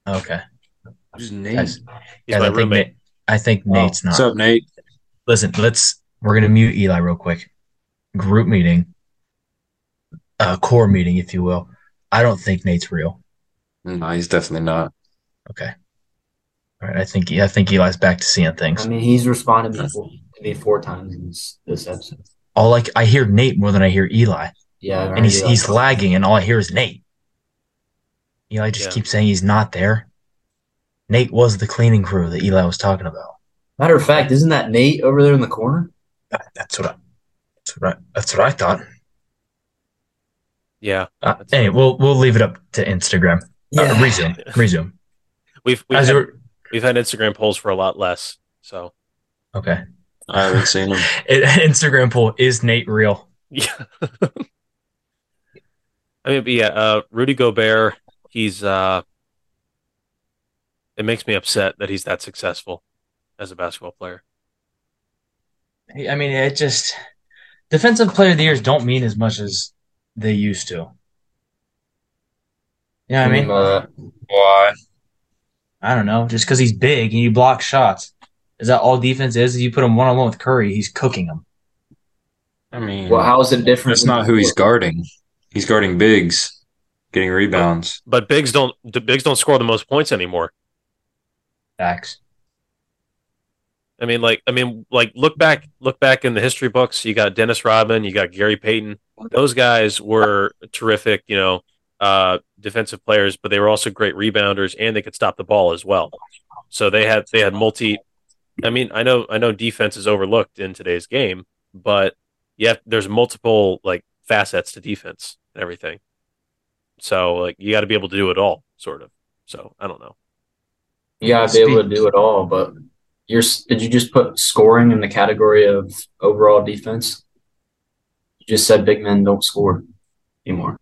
Speaker 3: okay.
Speaker 6: Who's Nate?
Speaker 3: Guys,
Speaker 2: He's my
Speaker 3: guys, I think
Speaker 2: roommate.
Speaker 3: Nate- I think Nate's not.
Speaker 6: What's up, Nate?
Speaker 3: Listen, let's we're gonna mute Eli real quick. Group meeting, uh, core meeting, if you will. I don't think Nate's real.
Speaker 6: No, he's definitely not.
Speaker 3: Okay. All right. I think I think Eli's back to seeing
Speaker 4: I
Speaker 3: things.
Speaker 4: mean, he's responded before, to me four times in this, this episode.
Speaker 3: All like I hear Nate more than I hear Eli,
Speaker 4: Yeah, I've
Speaker 3: and he's
Speaker 4: already,
Speaker 3: he's
Speaker 4: like,
Speaker 3: lagging, and all I hear is Nate. Eli just
Speaker 2: Yeah.
Speaker 3: keeps saying he's not there. Nate was the cleaning crew that Eli was talking about.
Speaker 4: matter of fact, isn't that Nate over there in the corner?
Speaker 3: That- That's what I. That's what I. That's what I thought.
Speaker 2: Yeah,
Speaker 3: Uh,
Speaker 2: That's-
Speaker 3: anyway, we'll we'll leave it up to Instagram. Uh, resume. Resume.
Speaker 2: we've we've
Speaker 3: As
Speaker 2: had,
Speaker 3: you were-
Speaker 2: we've had Instagram polls for a lot less. So
Speaker 3: okay. [laughs]
Speaker 6: I haven't seen him.
Speaker 3: It- Instagram poll is Nate real?
Speaker 2: yeah, I mean, but yeah, uh, Rudy Gobert. He's uh, it makes me upset that he's that successful. as a basketball player.
Speaker 3: I mean, it just defensive player of the years don't mean as much as they used to. You know what I mean?
Speaker 6: Uh, why?
Speaker 3: I don't know. Just because he's big and you block shots, is that all defense is? If you put him one on one with Curry, he's cooking him.
Speaker 6: I mean,
Speaker 4: Well, how is it different?
Speaker 6: that's
Speaker 4: than
Speaker 6: not who he's
Speaker 4: before?
Speaker 6: guarding. He's guarding bigs, getting rebounds.
Speaker 2: But bigs don't the bigs don't score the most points anymore.
Speaker 3: Facts.
Speaker 2: I mean, like I mean, like look back look back in the history books. You got Dennis Rodman, you got Gary Payton. Those guys were terrific, you know, uh, defensive players, but they were also great rebounders and they could stop the ball as well. So they had they had multi. I mean, I know I know defense is overlooked in today's game, but yeah, there's multiple like facets to defense and everything. So like you got to be able to do it all, sort of. So I don't know.
Speaker 4: You gotta be able to do it all, but you're. s- Did you just put scoring in the category of overall defense? You just said big men don't score anymore.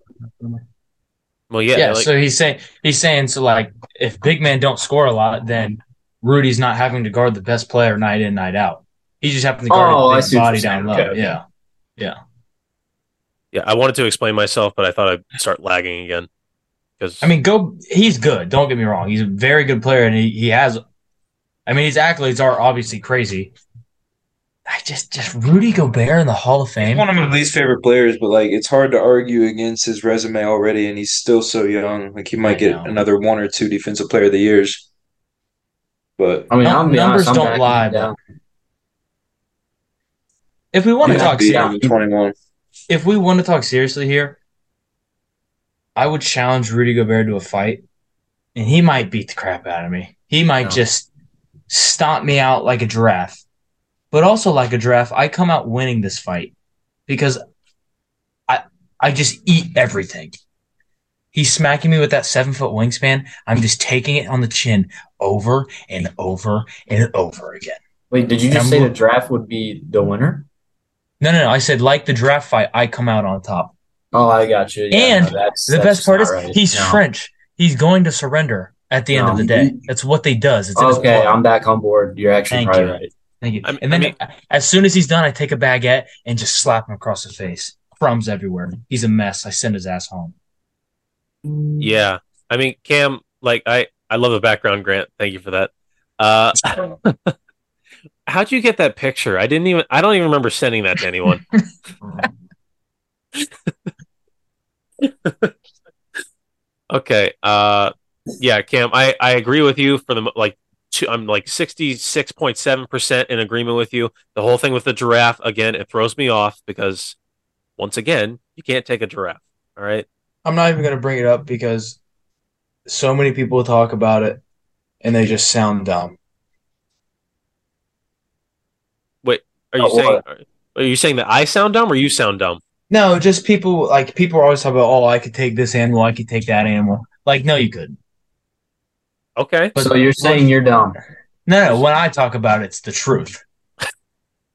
Speaker 2: Well,
Speaker 3: Yeah.
Speaker 2: yeah, like-
Speaker 3: so he's saying he's saying so like if big men don't score a lot, then Rudy's not having to guard the best player night in night out. He just happens to guard
Speaker 4: Oh, I
Speaker 3: his
Speaker 4: see
Speaker 3: big
Speaker 4: what
Speaker 3: body
Speaker 4: you're
Speaker 3: down low.
Speaker 4: saying. Okay.
Speaker 3: Yeah.
Speaker 2: Yeah, I wanted to explain myself, but I thought I'd start lagging again. Because
Speaker 3: I mean, go. He's good. Don't get me wrong. He's a very good player, and he, he has. I mean, his accolades are obviously crazy. I just just Rudy Gobert in the Hall of Fame.
Speaker 6: One of my least favorite players, but like it's hard to argue against his resume already, and he's still so young. Like he
Speaker 3: I
Speaker 6: might get
Speaker 3: know.
Speaker 6: another one or two defensive player of the years. But
Speaker 4: I mean,
Speaker 3: Num-
Speaker 4: I'm be
Speaker 3: numbers
Speaker 4: honest, I'm
Speaker 3: don't
Speaker 4: backing
Speaker 3: lie,
Speaker 4: it down.
Speaker 3: If we want to
Speaker 6: he'll
Speaker 3: talk,
Speaker 6: be
Speaker 3: se-
Speaker 6: under twenty-one.
Speaker 3: if we want to talk seriously here, I would challenge Rudy Gobert to a fight, and he might beat the crap out of me. He might
Speaker 4: No.
Speaker 3: just stomp me out like a giraffe. But also like a giraffe, I come out winning this fight because I I just eat everything. He's smacking me with that seven foot wingspan. I'm just taking it on the chin over and over and over again.
Speaker 4: Wait, did you just
Speaker 3: I'm
Speaker 4: say
Speaker 3: lo-
Speaker 4: the draft would be the winner?
Speaker 3: No, no, no. I said like the draft fight, I come out on top.
Speaker 4: Oh, I got you. Yeah,
Speaker 3: And
Speaker 4: no, that's,
Speaker 3: The
Speaker 4: that's
Speaker 3: best
Speaker 4: just
Speaker 3: part
Speaker 4: not
Speaker 3: is
Speaker 4: right.
Speaker 3: he's
Speaker 4: No.
Speaker 3: French. He's going to surrender at the end of
Speaker 4: No.
Speaker 3: the day. That's what they does. It's in his
Speaker 4: Okay,
Speaker 3: blood.
Speaker 4: I'm back on board. You're actually
Speaker 3: Thank
Speaker 4: probably
Speaker 3: you.
Speaker 4: right.
Speaker 3: Thank you.
Speaker 2: I mean-
Speaker 3: and then
Speaker 2: I mean-
Speaker 3: as soon as he's done, I take a baguette and just slap him across the face. Crumbs everywhere. He's a mess. I send his ass home.
Speaker 2: yeah, I mean, Cam, like I, I love the background, Grant. Thank you for that. Uh, [laughs] how'd you get that picture? I didn't even. I don't even remember sending that to anyone. okay. Uh, yeah, Cam, I, I agree with you for the mo- like. Two, I'm like sixty six point seven percent in agreement with you. The whole thing with the giraffe again, it throws me off because once again, you can't take a giraffe. All right.
Speaker 3: I'm not even going to bring it up because so many people talk about it and they just sound dumb.
Speaker 2: Are you
Speaker 4: Uh,
Speaker 2: saying are, you saying that I sound dumb or you sound dumb?
Speaker 3: No, just people like people always talk about, oh, I could take this animal, I could take that animal. Like, no, you couldn't.
Speaker 2: Okay.
Speaker 3: But-
Speaker 4: so you're saying you're dumb.
Speaker 3: No, no. When I talk about it, it's the truth.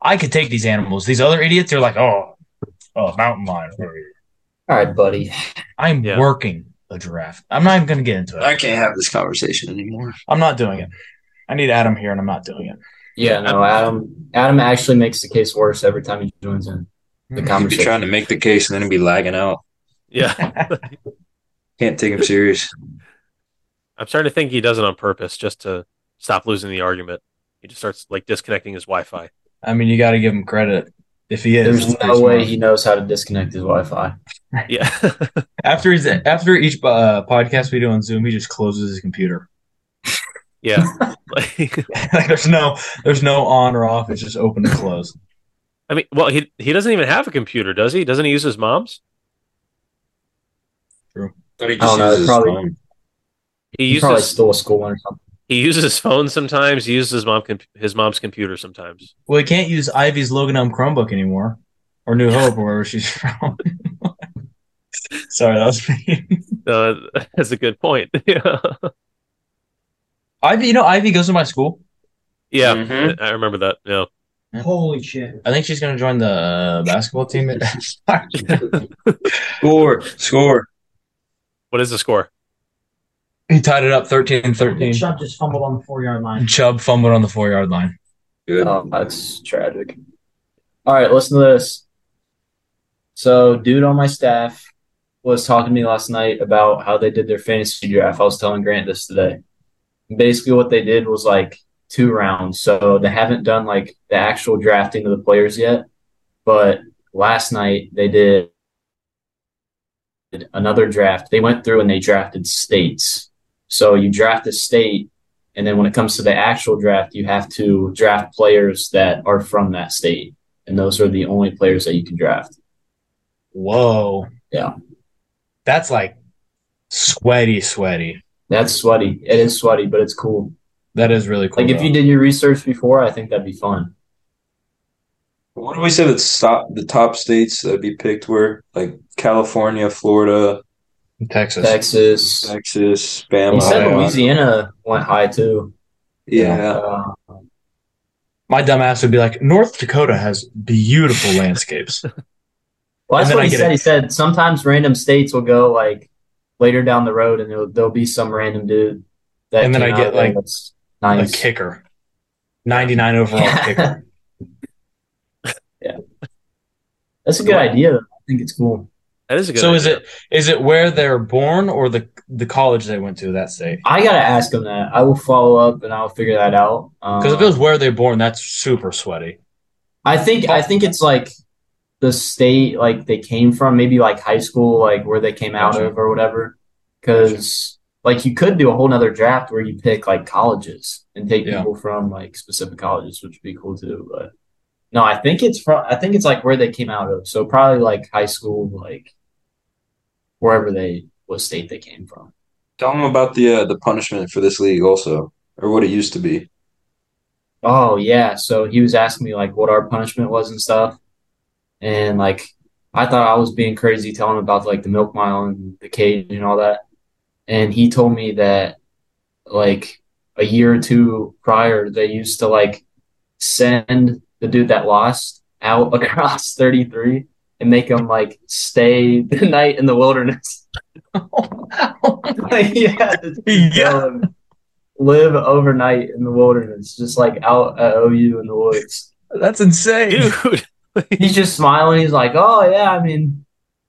Speaker 3: I could take these animals. These other idiots are like, oh, oh, mountain lion.
Speaker 4: All right, buddy.
Speaker 3: I'm
Speaker 2: Yeah.
Speaker 3: working a giraffe. I'm not even going to get into
Speaker 6: I
Speaker 3: it.
Speaker 6: can't have this conversation anymore.
Speaker 3: I'm not doing it. I need Adam here, and I'm not doing it.
Speaker 4: Yeah, no, Adam. Adam actually makes the case worse every time he joins in the
Speaker 6: He'd be
Speaker 4: conversation.
Speaker 6: trying to make the case and then he'd be lagging out.
Speaker 2: Yeah.
Speaker 6: Can't take him serious.
Speaker 2: I'm starting to think he does it on purpose just to stop losing the argument. He just starts like disconnecting his Wi-Fi.
Speaker 3: I mean, you got to give him credit if he is.
Speaker 4: There's no way he knows how to disconnect his Wi-Fi.
Speaker 2: Yeah. [laughs]
Speaker 3: After he's after each uh, podcast we do on Zoom, he just closes his computer. [laughs]
Speaker 2: yeah. Like, [laughs]
Speaker 3: like there's no there's no on or off. It's just open and close.
Speaker 2: I mean, well, he he doesn't even have a computer, does he? Doesn't he use his mom's?
Speaker 6: But he
Speaker 4: I don't know,
Speaker 6: uses his
Speaker 4: probably-
Speaker 6: phone.
Speaker 2: He
Speaker 4: He probably
Speaker 2: uses
Speaker 4: stole a school one or something.
Speaker 2: he uses his phone sometimes. He uses his mom com- his mom's computer sometimes.
Speaker 3: Well, he can't use Ivy's Logan Elm Chromebook anymore, or New Hope, or wherever she's [laughs] from. Sorry, that was me.
Speaker 2: Uh, [laughs] that's a good point. [laughs] yeah.
Speaker 3: Ivy, you know, Ivy goes to my school.
Speaker 2: Yeah.
Speaker 6: Mhm.
Speaker 2: I remember that. Yeah.
Speaker 5: Holy shit.
Speaker 3: I think she's going to join the uh, basketball team. [laughs] At-
Speaker 6: [laughs] Score, score.
Speaker 2: What is the score?
Speaker 3: He tied it up 13 13.
Speaker 5: Chubb just fumbled on the four yard line.
Speaker 3: Chubb fumbled on the four yard line.
Speaker 6: Good.
Speaker 4: Oh, that's tragic. All right, listen to this. So, dude on my staff was talking to me last night about how they did their fantasy draft. I was telling Grant this today. Basically, what they did was like two rounds. So, they haven't done like the actual drafting of the players yet. But last night, they did another draft. They went through and they drafted states. So, you draft a state and then when it comes to the actual draft, you have to draft players that are from that state. And those are the only players that you can draft.
Speaker 3: Whoa.
Speaker 4: Yeah.
Speaker 3: That's like sweaty, sweaty.
Speaker 4: That's sweaty. It is sweaty, but it's cool.
Speaker 3: That is really cool.
Speaker 4: Like if
Speaker 3: though.
Speaker 4: you did your research before, I think that'd be fun.
Speaker 6: What do we say that stop the top states that'd be picked were like California, Florida,
Speaker 3: Texas.
Speaker 4: Texas.
Speaker 6: Texas, Bama.
Speaker 4: He said
Speaker 3: Ohio.
Speaker 4: Louisiana went high too.
Speaker 6: Yeah.
Speaker 4: Uh,
Speaker 3: My dumbass would be like, North Dakota has beautiful
Speaker 4: [laughs]
Speaker 3: landscapes.
Speaker 4: well,
Speaker 3: And
Speaker 4: that's
Speaker 3: then
Speaker 4: what
Speaker 3: I
Speaker 4: he
Speaker 3: get
Speaker 4: said.
Speaker 3: it.
Speaker 4: He said sometimes random states will go like later down the road, and there'll, there'll be some random dude. That
Speaker 3: And then
Speaker 4: came
Speaker 3: I get,
Speaker 4: out there
Speaker 3: like,
Speaker 4: that's
Speaker 3: A
Speaker 4: nice.
Speaker 3: kicker. 99 overall
Speaker 4: [laughs] Yeah.
Speaker 3: kicker.
Speaker 4: That's a good idea. though. I think it's cool.
Speaker 2: That is a good.
Speaker 3: So is
Speaker 2: idea.
Speaker 3: it is it where they're born or the the college they went to that state?
Speaker 4: I gotta ask him that. I will follow up and I'll figure that out.
Speaker 3: Because if
Speaker 4: Um,
Speaker 3: it was where they're born, that's super sweaty.
Speaker 4: I think I think it's like the state like they came from, maybe like high school, like where they came out
Speaker 3: Gotcha.
Speaker 4: of or whatever. Because like you could do a whole nother draft where you pick like colleges and take
Speaker 3: Yeah.
Speaker 4: people from like specific colleges, which would be cool too. But no, I think it's from I think it's like where they came out of. So probably like high school, like wherever they what state they came from.
Speaker 6: Tell them about the uh, the punishment for this league also, or what it used to be.
Speaker 4: Oh yeah, so he was asking me like what our punishment was and stuff, and like I thought I was being crazy telling him about like the milk mile and the cage and all that, and he told me that like a year or two prior they used to like send the dude that lost out [laughs] across 33 and make him like stay [laughs] the night in the wilderness. [laughs] Oh, Like, yeah,
Speaker 3: Yeah.
Speaker 4: um, live overnight in the wilderness, just like out at OU in the [laughs] woods.
Speaker 3: That's insane.
Speaker 2: [laughs] dude?
Speaker 4: He's just smiling. He's like, "Oh yeah, I mean,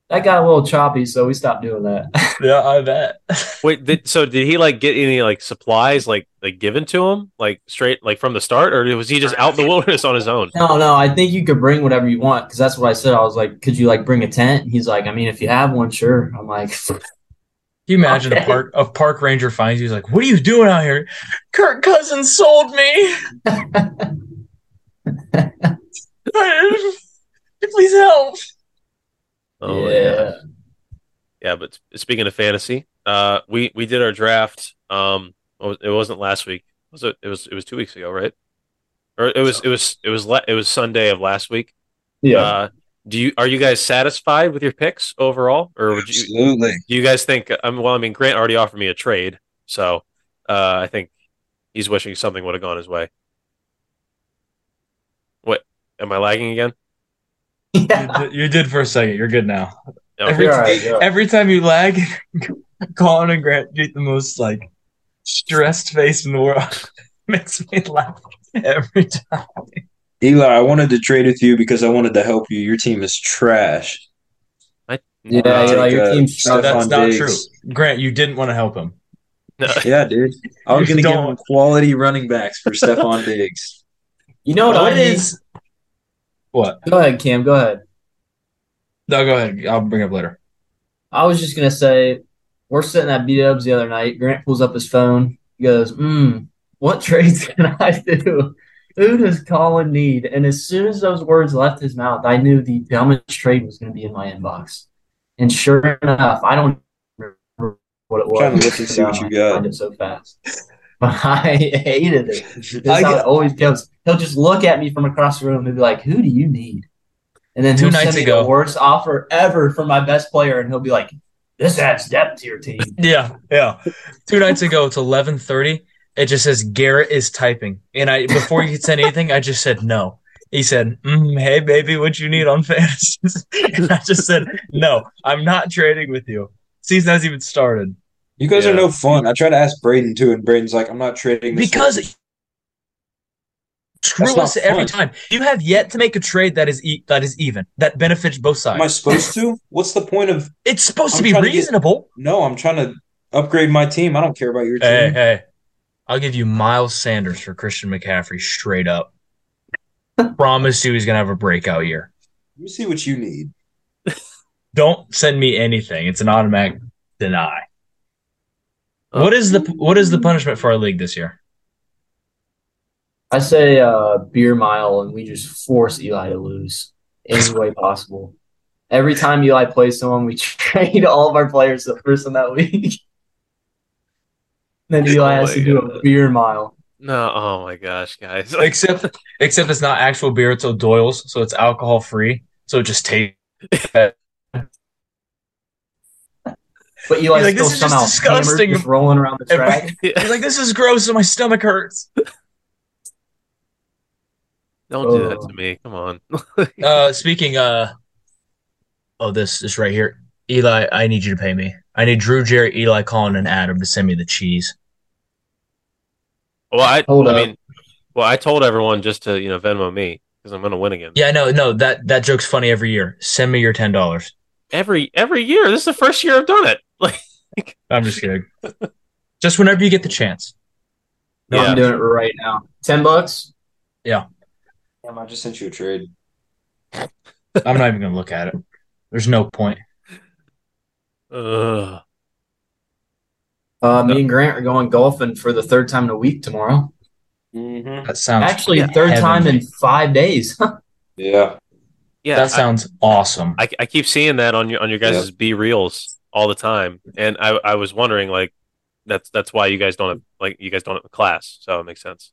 Speaker 4: that got a little choppy, so we stopped doing that." [laughs]
Speaker 3: Yeah, I bet.
Speaker 2: Wait, did, so did he like get any like supplies like like given to him like straight like from the start, or was he just out in the wilderness on his
Speaker 4: [laughs]
Speaker 2: own?
Speaker 4: no, no, I think you could bring whatever you want because that's what I said. I was like, "Could you like bring a tent?" He's like, "I mean, if you have one, sure." I'm like,
Speaker 3: Can you imagine
Speaker 4: Okay.
Speaker 3: a park a park ranger finds you? He's like, "What are you doing out here?" Kirk Cousins sold me. [laughs] Please help.
Speaker 2: Oh my
Speaker 4: [laughs] "Yeah."
Speaker 2: God. Yeah, but speaking of fantasy, uh, we we did our draft. Um, it was- it wasn't last week. Was it? It was. It was two weeks ago, right? Or it was. It was. It was. la- It was Sunday of last week.
Speaker 4: Yeah.
Speaker 2: Uh, do you are you guys satisfied with your picks overall, or would you
Speaker 6: Absolutely.
Speaker 2: do you guys think? I mean, well, I mean, Grant already offered me a trade, so uh, I think he's wishing something would have gone his way. What am I lagging again?
Speaker 4: [laughs] yeah.
Speaker 3: You did- You did for a second. You're good now.
Speaker 2: Oh, No.
Speaker 3: Every,
Speaker 4: You're all right, yeah.
Speaker 3: every time you lag, [laughs] Colin and Grant get the most like stressed face in the world. [laughs] Makes me laugh every time.
Speaker 6: Eli, I wanted to trade with you because I wanted to help you. Your team is trash.
Speaker 4: Yeah,
Speaker 6: I'll
Speaker 4: yeah,
Speaker 6: take,
Speaker 4: your
Speaker 6: uh,
Speaker 4: team's
Speaker 6: Stephon
Speaker 3: that's not
Speaker 6: Diggs.
Speaker 3: true. Grant, you didn't want to help him.
Speaker 6: Yeah, dude. I was
Speaker 3: You
Speaker 6: going to give
Speaker 3: don't.
Speaker 6: him quality running
Speaker 3: [laughs]
Speaker 6: backs for Stephon Diggs.
Speaker 4: You know what
Speaker 3: What
Speaker 4: I need?
Speaker 3: is- What?
Speaker 4: Go ahead, Cam. Go ahead.
Speaker 3: No, go ahead. I'll bring it up later.
Speaker 4: I was just gonna say, we're sitting at B Dubs the other night. Grant pulls up his phone. He goes, "Hmm, what [laughs] trades can I do? Who does Colin need?" And as soon as those words left his mouth, I knew the dumbest trade was gonna be in my inbox. And sure enough, I don't remember what it was.
Speaker 6: Trying to look and see what you
Speaker 4: [laughs]
Speaker 6: got.
Speaker 4: I found it so fast, but [laughs] I hated it. That's
Speaker 3: I
Speaker 4: how
Speaker 3: get-
Speaker 4: it always goes. He'll just look at me from across the room and be like, "Who do you need?" And then
Speaker 3: Two
Speaker 4: he'll
Speaker 3: nights
Speaker 4: send me
Speaker 3: ago.
Speaker 4: the worst offer ever for my best player, and he'll be like, "This adds depth to your team."
Speaker 3: Yeah, yeah. Two nights ago, it's eleven thirty. It just says Garrett is typing, and I before you could send anything, I just said no. He said, mm, "Hey, baby, what you need on [laughs] fantasy?" and I just said, "No, I'm not trading with you." Season hasn't even started.
Speaker 6: You guys
Speaker 2: Yeah.
Speaker 6: are no fun. I try to ask Braden too, and Braden's like, "I'm not trading this
Speaker 3: because
Speaker 6: one."
Speaker 3: screw
Speaker 6: not
Speaker 3: us every
Speaker 6: fun.
Speaker 3: time. You have yet to make a trade that is e- that is even that benefits both sides.
Speaker 6: am I supposed to? What's the point of?
Speaker 3: it's supposed
Speaker 6: I'm
Speaker 3: to be
Speaker 6: trying to get-
Speaker 3: reasonable.
Speaker 6: No, I'm trying to upgrade my team. I don't care about your team.
Speaker 3: hey, hey, I'll give you Miles Sanders for Christian McCaffrey straight up. Promise you, he's gonna have a breakout year.
Speaker 6: Let me see what you need.
Speaker 3: Don't send me anything. It's an automatic deny.
Speaker 2: Oh.
Speaker 3: What is the what is the punishment for our league this year?
Speaker 4: [laughs] I say uh, beer mile, and we just force Eli to lose [laughs] any way possible. Every time Eli plays someone, we [laughs] trade all of our players the first in that week. [laughs] then Eli has to do a beer mile.
Speaker 2: No, oh my gosh, guys. [laughs]
Speaker 3: Except except it's not actual beer, it's O'Doyle's, so it's alcohol free. So it just tastes
Speaker 4: But Eli's
Speaker 3: like,
Speaker 4: still
Speaker 3: "This is just
Speaker 4: somehow hammered,
Speaker 3: disgusting."
Speaker 4: just rolling
Speaker 3: [laughs]
Speaker 4: around the track.
Speaker 3: He's like, this is gross and my stomach hurts.
Speaker 2: Don't do that
Speaker 4: Oh.
Speaker 2: to me. Come on.
Speaker 3: Uh, speaking, uh, oh, this is right here. Eli, I need you to pay me. I need Drew, Jerry, Eli, Colin, and Adam to send me the cheese.
Speaker 2: Well, I,
Speaker 4: Hold
Speaker 2: I
Speaker 4: up.
Speaker 2: mean, well, I told everyone just to you know Venmo me because I'm gonna win again.
Speaker 3: Yeah, no, no, that that joke's funny every year. Send me your ten dollars.
Speaker 2: Every every year, this is the first year I've done it. [laughs] Like,
Speaker 3: I'm just kidding. just whenever you get the chance.
Speaker 4: No,
Speaker 2: Yeah.
Speaker 4: I'm doing it right now. Ten bucks.
Speaker 6: Damn, I just sent you a trade.
Speaker 3: I'm not even gonna look at it. There's no point.
Speaker 2: ugh.
Speaker 4: Uh, me and Grant are going golfing for the third time in a week tomorrow.
Speaker 6: Mm-hmm.
Speaker 3: That sounds
Speaker 4: Actually,
Speaker 2: yeah,
Speaker 4: third time in
Speaker 3: heavenly.
Speaker 4: five days. [laughs]
Speaker 6: Yeah.
Speaker 2: yeah,
Speaker 3: that
Speaker 2: I,
Speaker 3: sounds awesome.
Speaker 2: I, I keep seeing that on your on your guys' B reels all the time, and I I was wondering like that's that's why you guys don't have like you guys don't have a class, so it makes sense.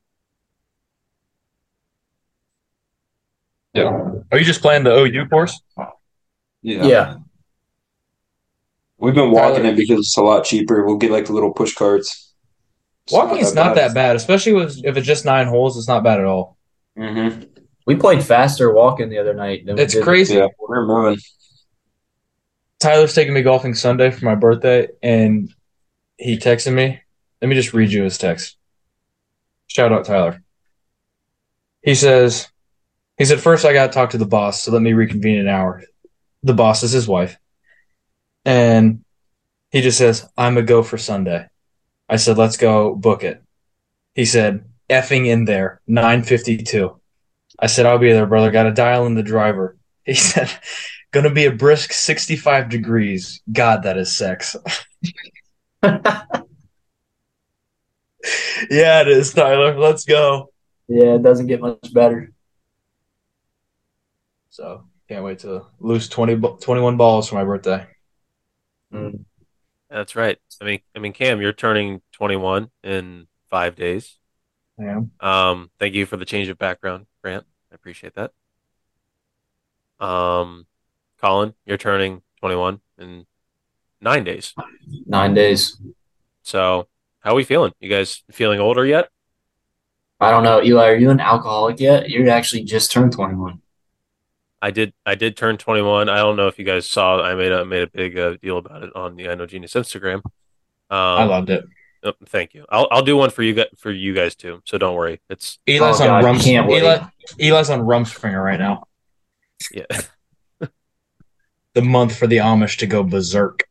Speaker 6: Yeah.
Speaker 3: Are you just playing the OU course?
Speaker 6: Yeah.
Speaker 4: yeah.
Speaker 6: We've been walking
Speaker 3: Tyler.
Speaker 6: it because it's a lot cheaper. We'll get like the little push carts. It's
Speaker 3: Walking is not that bad, especially with, if it's just nine holes. It's not bad at all.
Speaker 6: Mm-hmm.
Speaker 4: We played faster walking the other night. Than
Speaker 3: It's
Speaker 4: we did.
Speaker 3: crazy.
Speaker 6: Yeah, we're moving.
Speaker 3: Tyler's taking me golfing Sunday for my birthday, and he texted me. Let me just read you his text. Shout out, Tyler. He says, he said, first I got to talk to the boss, so let me reconvene in an hour. The boss is his wife. And he just says, I'm a go for Sunday. I said, let's go book it. He said, effing in there, 952. I said, I'll be there, brother. Got to dial in the driver. [laughs] He said, Gonna be a brisk 65 degrees. God, that is sex. [laughs] yeah, it is, Tyler. Let's go.
Speaker 4: Yeah, it doesn't get much better.
Speaker 3: So, can't wait to lose 20, bu- 21 balls for my birthday.
Speaker 4: Mm.
Speaker 2: That's right. I mean, I mean, Cam, you're turning 21 in five days.
Speaker 3: Yeah.
Speaker 2: Um, thank you for the change of background, Grant. I appreciate that. Um, Colin, you're turning 21 in nine days.
Speaker 4: Nine days.
Speaker 2: So, how are we feeling? You guys feeling older yet?
Speaker 4: I don't know, Eli. Are you an alcoholic yet? You actually just turned twenty-one.
Speaker 2: I did. I did turn 21. I don't know if you guys saw. I made a made a big uh, deal about it on the I Know Genius Instagram. Um,
Speaker 3: I loved it.
Speaker 2: oh, thank you. I'll I'll do one for you guys for you guys too. So don't worry. It's
Speaker 3: Eli's
Speaker 4: Oh,
Speaker 3: on
Speaker 4: God,
Speaker 3: Rums-
Speaker 4: can't wait.
Speaker 3: Eli, Eli's on Rumspringer right now.
Speaker 2: yeah.
Speaker 3: The month for the Amish to go berserk.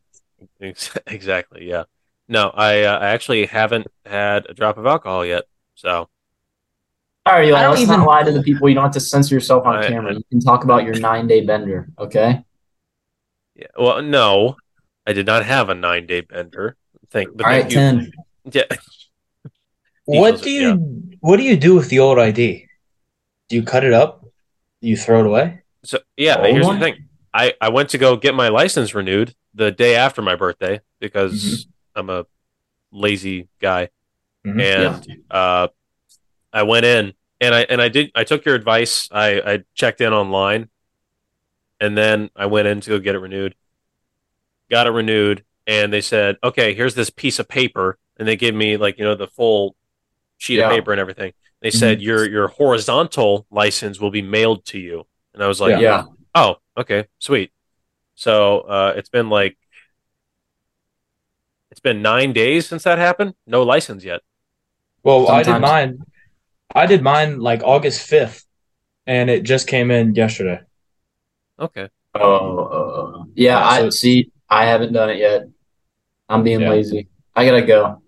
Speaker 2: Ex- [laughs] Exactly. Yeah. No, I uh, I actually haven't had a drop of alcohol yet. So
Speaker 4: All right,
Speaker 3: I
Speaker 4: Eli.
Speaker 3: don't
Speaker 4: Let's
Speaker 3: even-
Speaker 4: not lie to the people. You don't have to censor yourself on
Speaker 2: I-
Speaker 4: camera. You can talk about your nine-day bender. Okay.
Speaker 2: yeah. Well, no, I did not have a nine day bender. Thank. But
Speaker 4: All
Speaker 2: thank
Speaker 4: right,
Speaker 2: you.
Speaker 4: ten.
Speaker 2: Yeah.
Speaker 3: What do you what do you do with the old ID? Do you cut it up? Do you throw it away?
Speaker 2: So yeah.
Speaker 4: Old
Speaker 2: here's
Speaker 4: one?
Speaker 2: the thing. I I went to go get my license renewed the day after my birthday because I'm a lazy guy,
Speaker 3: Mhm.
Speaker 2: and uh, I went in and I and I did I took your advice. I I checked in online, and then I went in to go get it renewed. Got it renewed, and they said, "Okay, here's this piece of paper," and they gave me like you know the full sheet of
Speaker 4: Yeah.
Speaker 2: paper and everything. They said
Speaker 3: Mm-hmm.
Speaker 2: your your horizontal license will be mailed to you, and I was like,
Speaker 4: Yeah.
Speaker 2: "Oh, okay, sweet." So uh, it's been like It's been nine days since that happened. No license yet.
Speaker 3: Well, I did
Speaker 4: Sometimes-
Speaker 3: mine. I did mine like August 5th, and it just came in yesterday.
Speaker 2: Okay.
Speaker 4: Oh, uh,
Speaker 3: Yeah,
Speaker 4: yeah.
Speaker 3: so-
Speaker 4: I see. I haven't done it yet. I'm being
Speaker 3: Yeah.
Speaker 4: lazy. I gotta go.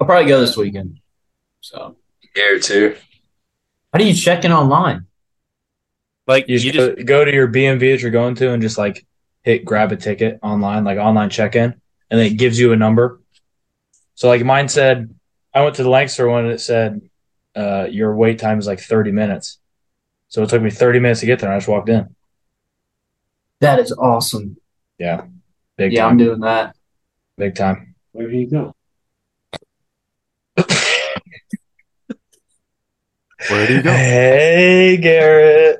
Speaker 4: I'll probably go this weekend. So,
Speaker 6: Year two.
Speaker 4: how do you check in online?
Speaker 2: Like
Speaker 3: You,
Speaker 2: you,
Speaker 3: just
Speaker 2: just
Speaker 3: go, go to your BMV that you're going to and just like hit grab a ticket online, like online check in, and then it gives you a number. So, like mine said, I went to the Lancaster one and it said, uh, your wait time is like 30 minutes. So it took me 30 minutes to get there. And I just walked in.
Speaker 4: That is awesome.
Speaker 3: Big
Speaker 4: yeah,
Speaker 3: time.
Speaker 4: I'm doing that.
Speaker 3: Big time.
Speaker 7: Where do you go?
Speaker 8: Where do you go?
Speaker 3: Hey, Garrett.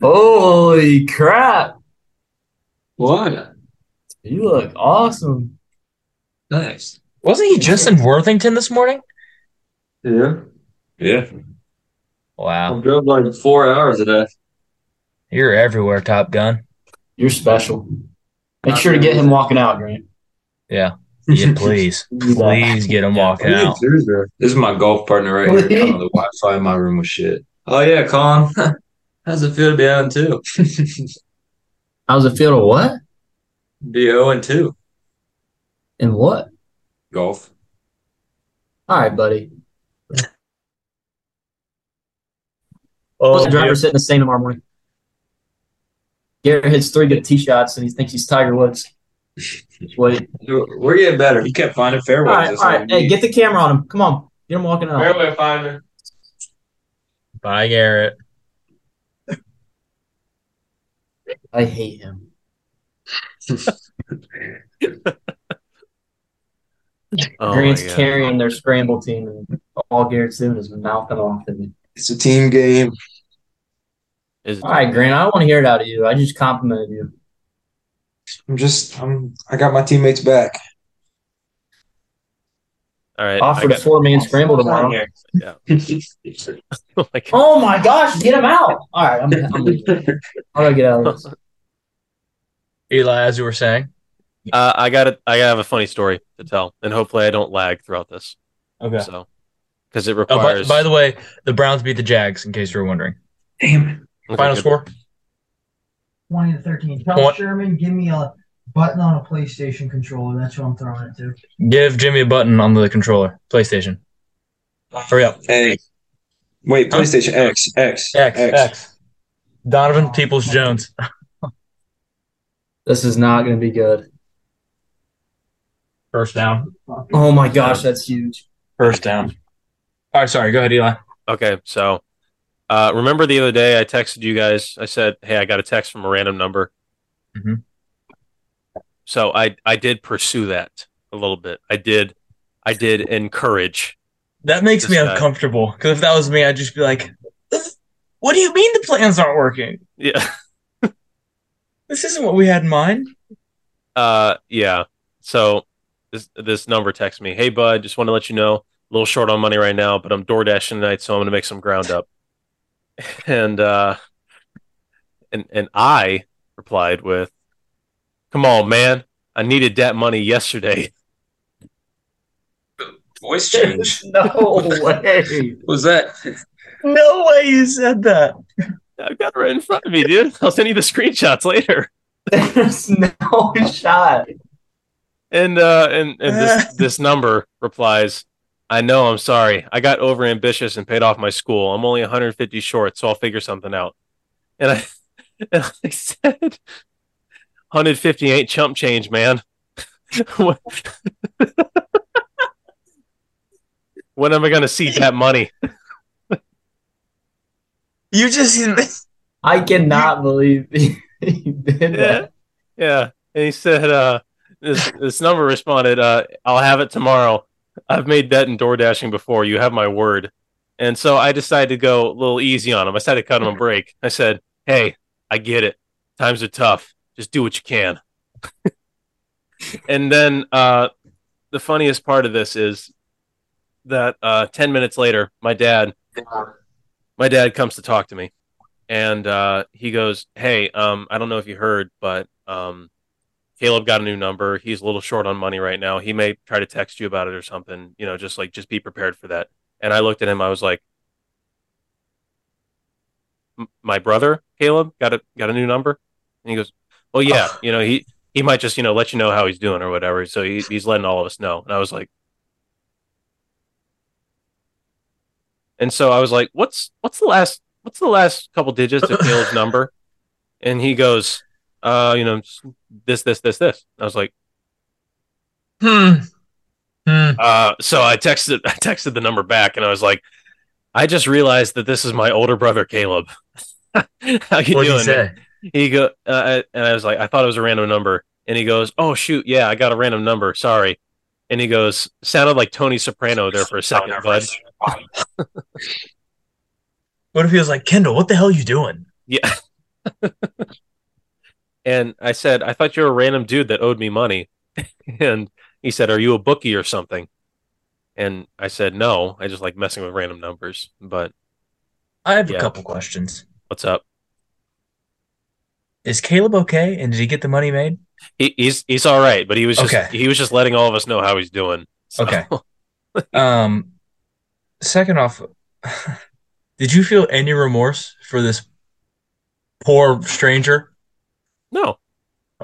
Speaker 4: Holy crap!
Speaker 7: What?
Speaker 4: You look awesome.
Speaker 7: Nice.
Speaker 3: Wasn't he just in Worthington this morning?
Speaker 7: Yeah.
Speaker 6: Yeah.
Speaker 3: Wow.
Speaker 7: drove like four hours a day.
Speaker 3: You're everywhere, Top Gun.
Speaker 4: You're special. Make sure to get him walking out, Grant.
Speaker 3: [laughs] Yeah, please, please get him [laughs] walking
Speaker 7: Yeah,
Speaker 3: out.
Speaker 7: Tuesday.
Speaker 6: This is my golf partner right here. I don't know, the Wi-Fi in my room was shit. Oh yeah, Colin. [laughs] How's it feel to be out in two?
Speaker 4: How's it feel to what?
Speaker 6: Be zero and two.
Speaker 4: And what?
Speaker 6: Golf.
Speaker 4: All right, buddy. What's the driver sitting the same tomorrow morning? Garrett hits three good tee shots and he thinks he's Tiger [laughs] Woods. Just wait.
Speaker 6: We're getting better. He kept finding
Speaker 4: All
Speaker 6: fairways.
Speaker 4: right,
Speaker 6: That's
Speaker 4: all
Speaker 6: we
Speaker 4: right. Hey,
Speaker 6: need.
Speaker 4: get the camera on him. Come on. Get him walking out.
Speaker 7: Fairway finder.
Speaker 3: Bye, Garrett.
Speaker 4: I hate him.
Speaker 2: oh my
Speaker 4: Grant's
Speaker 2: God.
Speaker 4: carrying their scramble team and all Garrett's doing is mouthing off at me.
Speaker 6: it's a team game.
Speaker 2: Is-
Speaker 4: All right, Grant, I don't want to hear it out of you. I just complimented you.
Speaker 6: I'm just I'm I got my teammates back.
Speaker 2: all right. I
Speaker 4: Offered a
Speaker 2: got-
Speaker 4: four man scramble
Speaker 2: [laughs]
Speaker 4: tomorrow.
Speaker 2: oh my
Speaker 3: [laughs]
Speaker 2: God.
Speaker 4: Oh my gosh, get him out. All right, I'm, I'm leaving. [laughs] How do I get out of this?
Speaker 3: Eli, as you were saying.
Speaker 2: Uh, I got it. I have a funny story to tell, and hopefully I don't lag throughout this.
Speaker 3: Okay.
Speaker 2: So, because it
Speaker 3: Oh, by,
Speaker 2: requires.
Speaker 3: by the way, the Browns beat the Jags. In case you were wondering,
Speaker 2: Okay,
Speaker 3: final
Speaker 2: good.
Speaker 3: score.
Speaker 5: 20 to 13. Tell
Speaker 3: What?
Speaker 5: Sherman, give me a button on a PlayStation controller. That's what I'm throwing it to.
Speaker 3: Give Jimmy a button on the controller, PlayStation. Hurry up.
Speaker 6: Hey. Wait, PlayStation X, X,
Speaker 3: X X. Donovan Peoples Jones.
Speaker 4: This is not going to be good.
Speaker 3: First down.
Speaker 4: Oh my gosh, that's huge.
Speaker 3: First down. All right, sorry. Go ahead, Eli.
Speaker 2: Okay, so uh, remember the other day I texted you guys. I said, "Hey, I got a text from a random number."
Speaker 3: Mhm.
Speaker 2: So I I did pursue that a little bit. I did I did encourage.
Speaker 3: That makes me
Speaker 2: This guy.
Speaker 3: uncomfortable because if that was me, I'd just be like, "What do you mean the plans aren't working?
Speaker 2: Yeah,
Speaker 3: This isn't what we had in mind."
Speaker 2: uh, yeah. So this this number texts me, "Hey bud, just want to let you know, a little short on money right now, but I'm door dashing tonight, so I'm gonna make some ground up." [laughs] and uh, and and I replied with, "Come on, man." I needed that money yesterday. [laughs]
Speaker 6: Voice change.
Speaker 5: [laughs]
Speaker 4: No way.
Speaker 6: What was that?
Speaker 3: No way you said that.
Speaker 2: I've got it right in front of me, dude. I'll send you the screenshots later.
Speaker 4: There's no shot.
Speaker 2: And uh and, and this this number replies, I know, I'm sorry. I got overambitious and paid off my school. I'm only 150 short, so I'll figure something out. And I [laughs] and I said 150 ain't chump change, man. [laughs] When- when am I gonna see that money?
Speaker 3: You just
Speaker 4: I cannot believe [laughs] he did
Speaker 2: Yeah.
Speaker 4: that.
Speaker 2: Yeah. And he said, uh, this, this number responded, uh, I'll have it tomorrow. I've made that in door dashing before. You have my word. And so I decided to go a little easy on him. I decided to cut him a break. I said, Hey, I get it. Times are tough. Just do what you can. and then uh, the funniest part of this is that uh, 10 minutes later, my dad my dad comes to talk to me and uh, he goes hey um, i don't know if you heard but um, Caleb got a new number. He's a little short on money right now. He may try to text you about it or something. You know, just like just be prepared for that. And I looked at him. I was like, "M- "My brother, Caleb, got a got a new number." And he goes, "Oh yeah, you know he he might just you know let you know how he's doing or whatever." So he, he's letting all of us know. And I was like, and so I was like, "What's what's the last what's the last couple digits of
Speaker 3: [laughs]
Speaker 2: Caleb's number?" And he goes, "Uh, you know, just this this this this." And I was like.
Speaker 3: Hmm. Hmm.
Speaker 2: Uh, so I texted [laughs] I texted the number back and I was like, I just realized that this is my older brother Caleb. [laughs] How you
Speaker 3: What did
Speaker 2: doing?
Speaker 3: he say?
Speaker 2: He go uh, and I was like, I thought it was a random number, and he goes, Oh shoot, yeah, I got a random number. Sorry. And he goes, sounded like Tony Soprano there for a second, bud.
Speaker 3: What if he was like, Kendall, what the hell you doing?
Speaker 2: Yeah. and I said, I thought you were a random dude that owed me money. [laughs] and he said, Are you a bookie or something? And I said, No, I just like messing with random numbers. But
Speaker 3: I have
Speaker 2: Yeah.
Speaker 3: a couple questions.
Speaker 2: what's up?
Speaker 3: Is Caleb okay? And did he get the money made?
Speaker 2: He, he's he's all right, but he was just
Speaker 3: Okay.
Speaker 2: he was just letting all of us know how he's doing. So-
Speaker 3: Okay. Um, second off, [laughs] did you feel any remorse for this poor stranger?
Speaker 2: [laughs] No.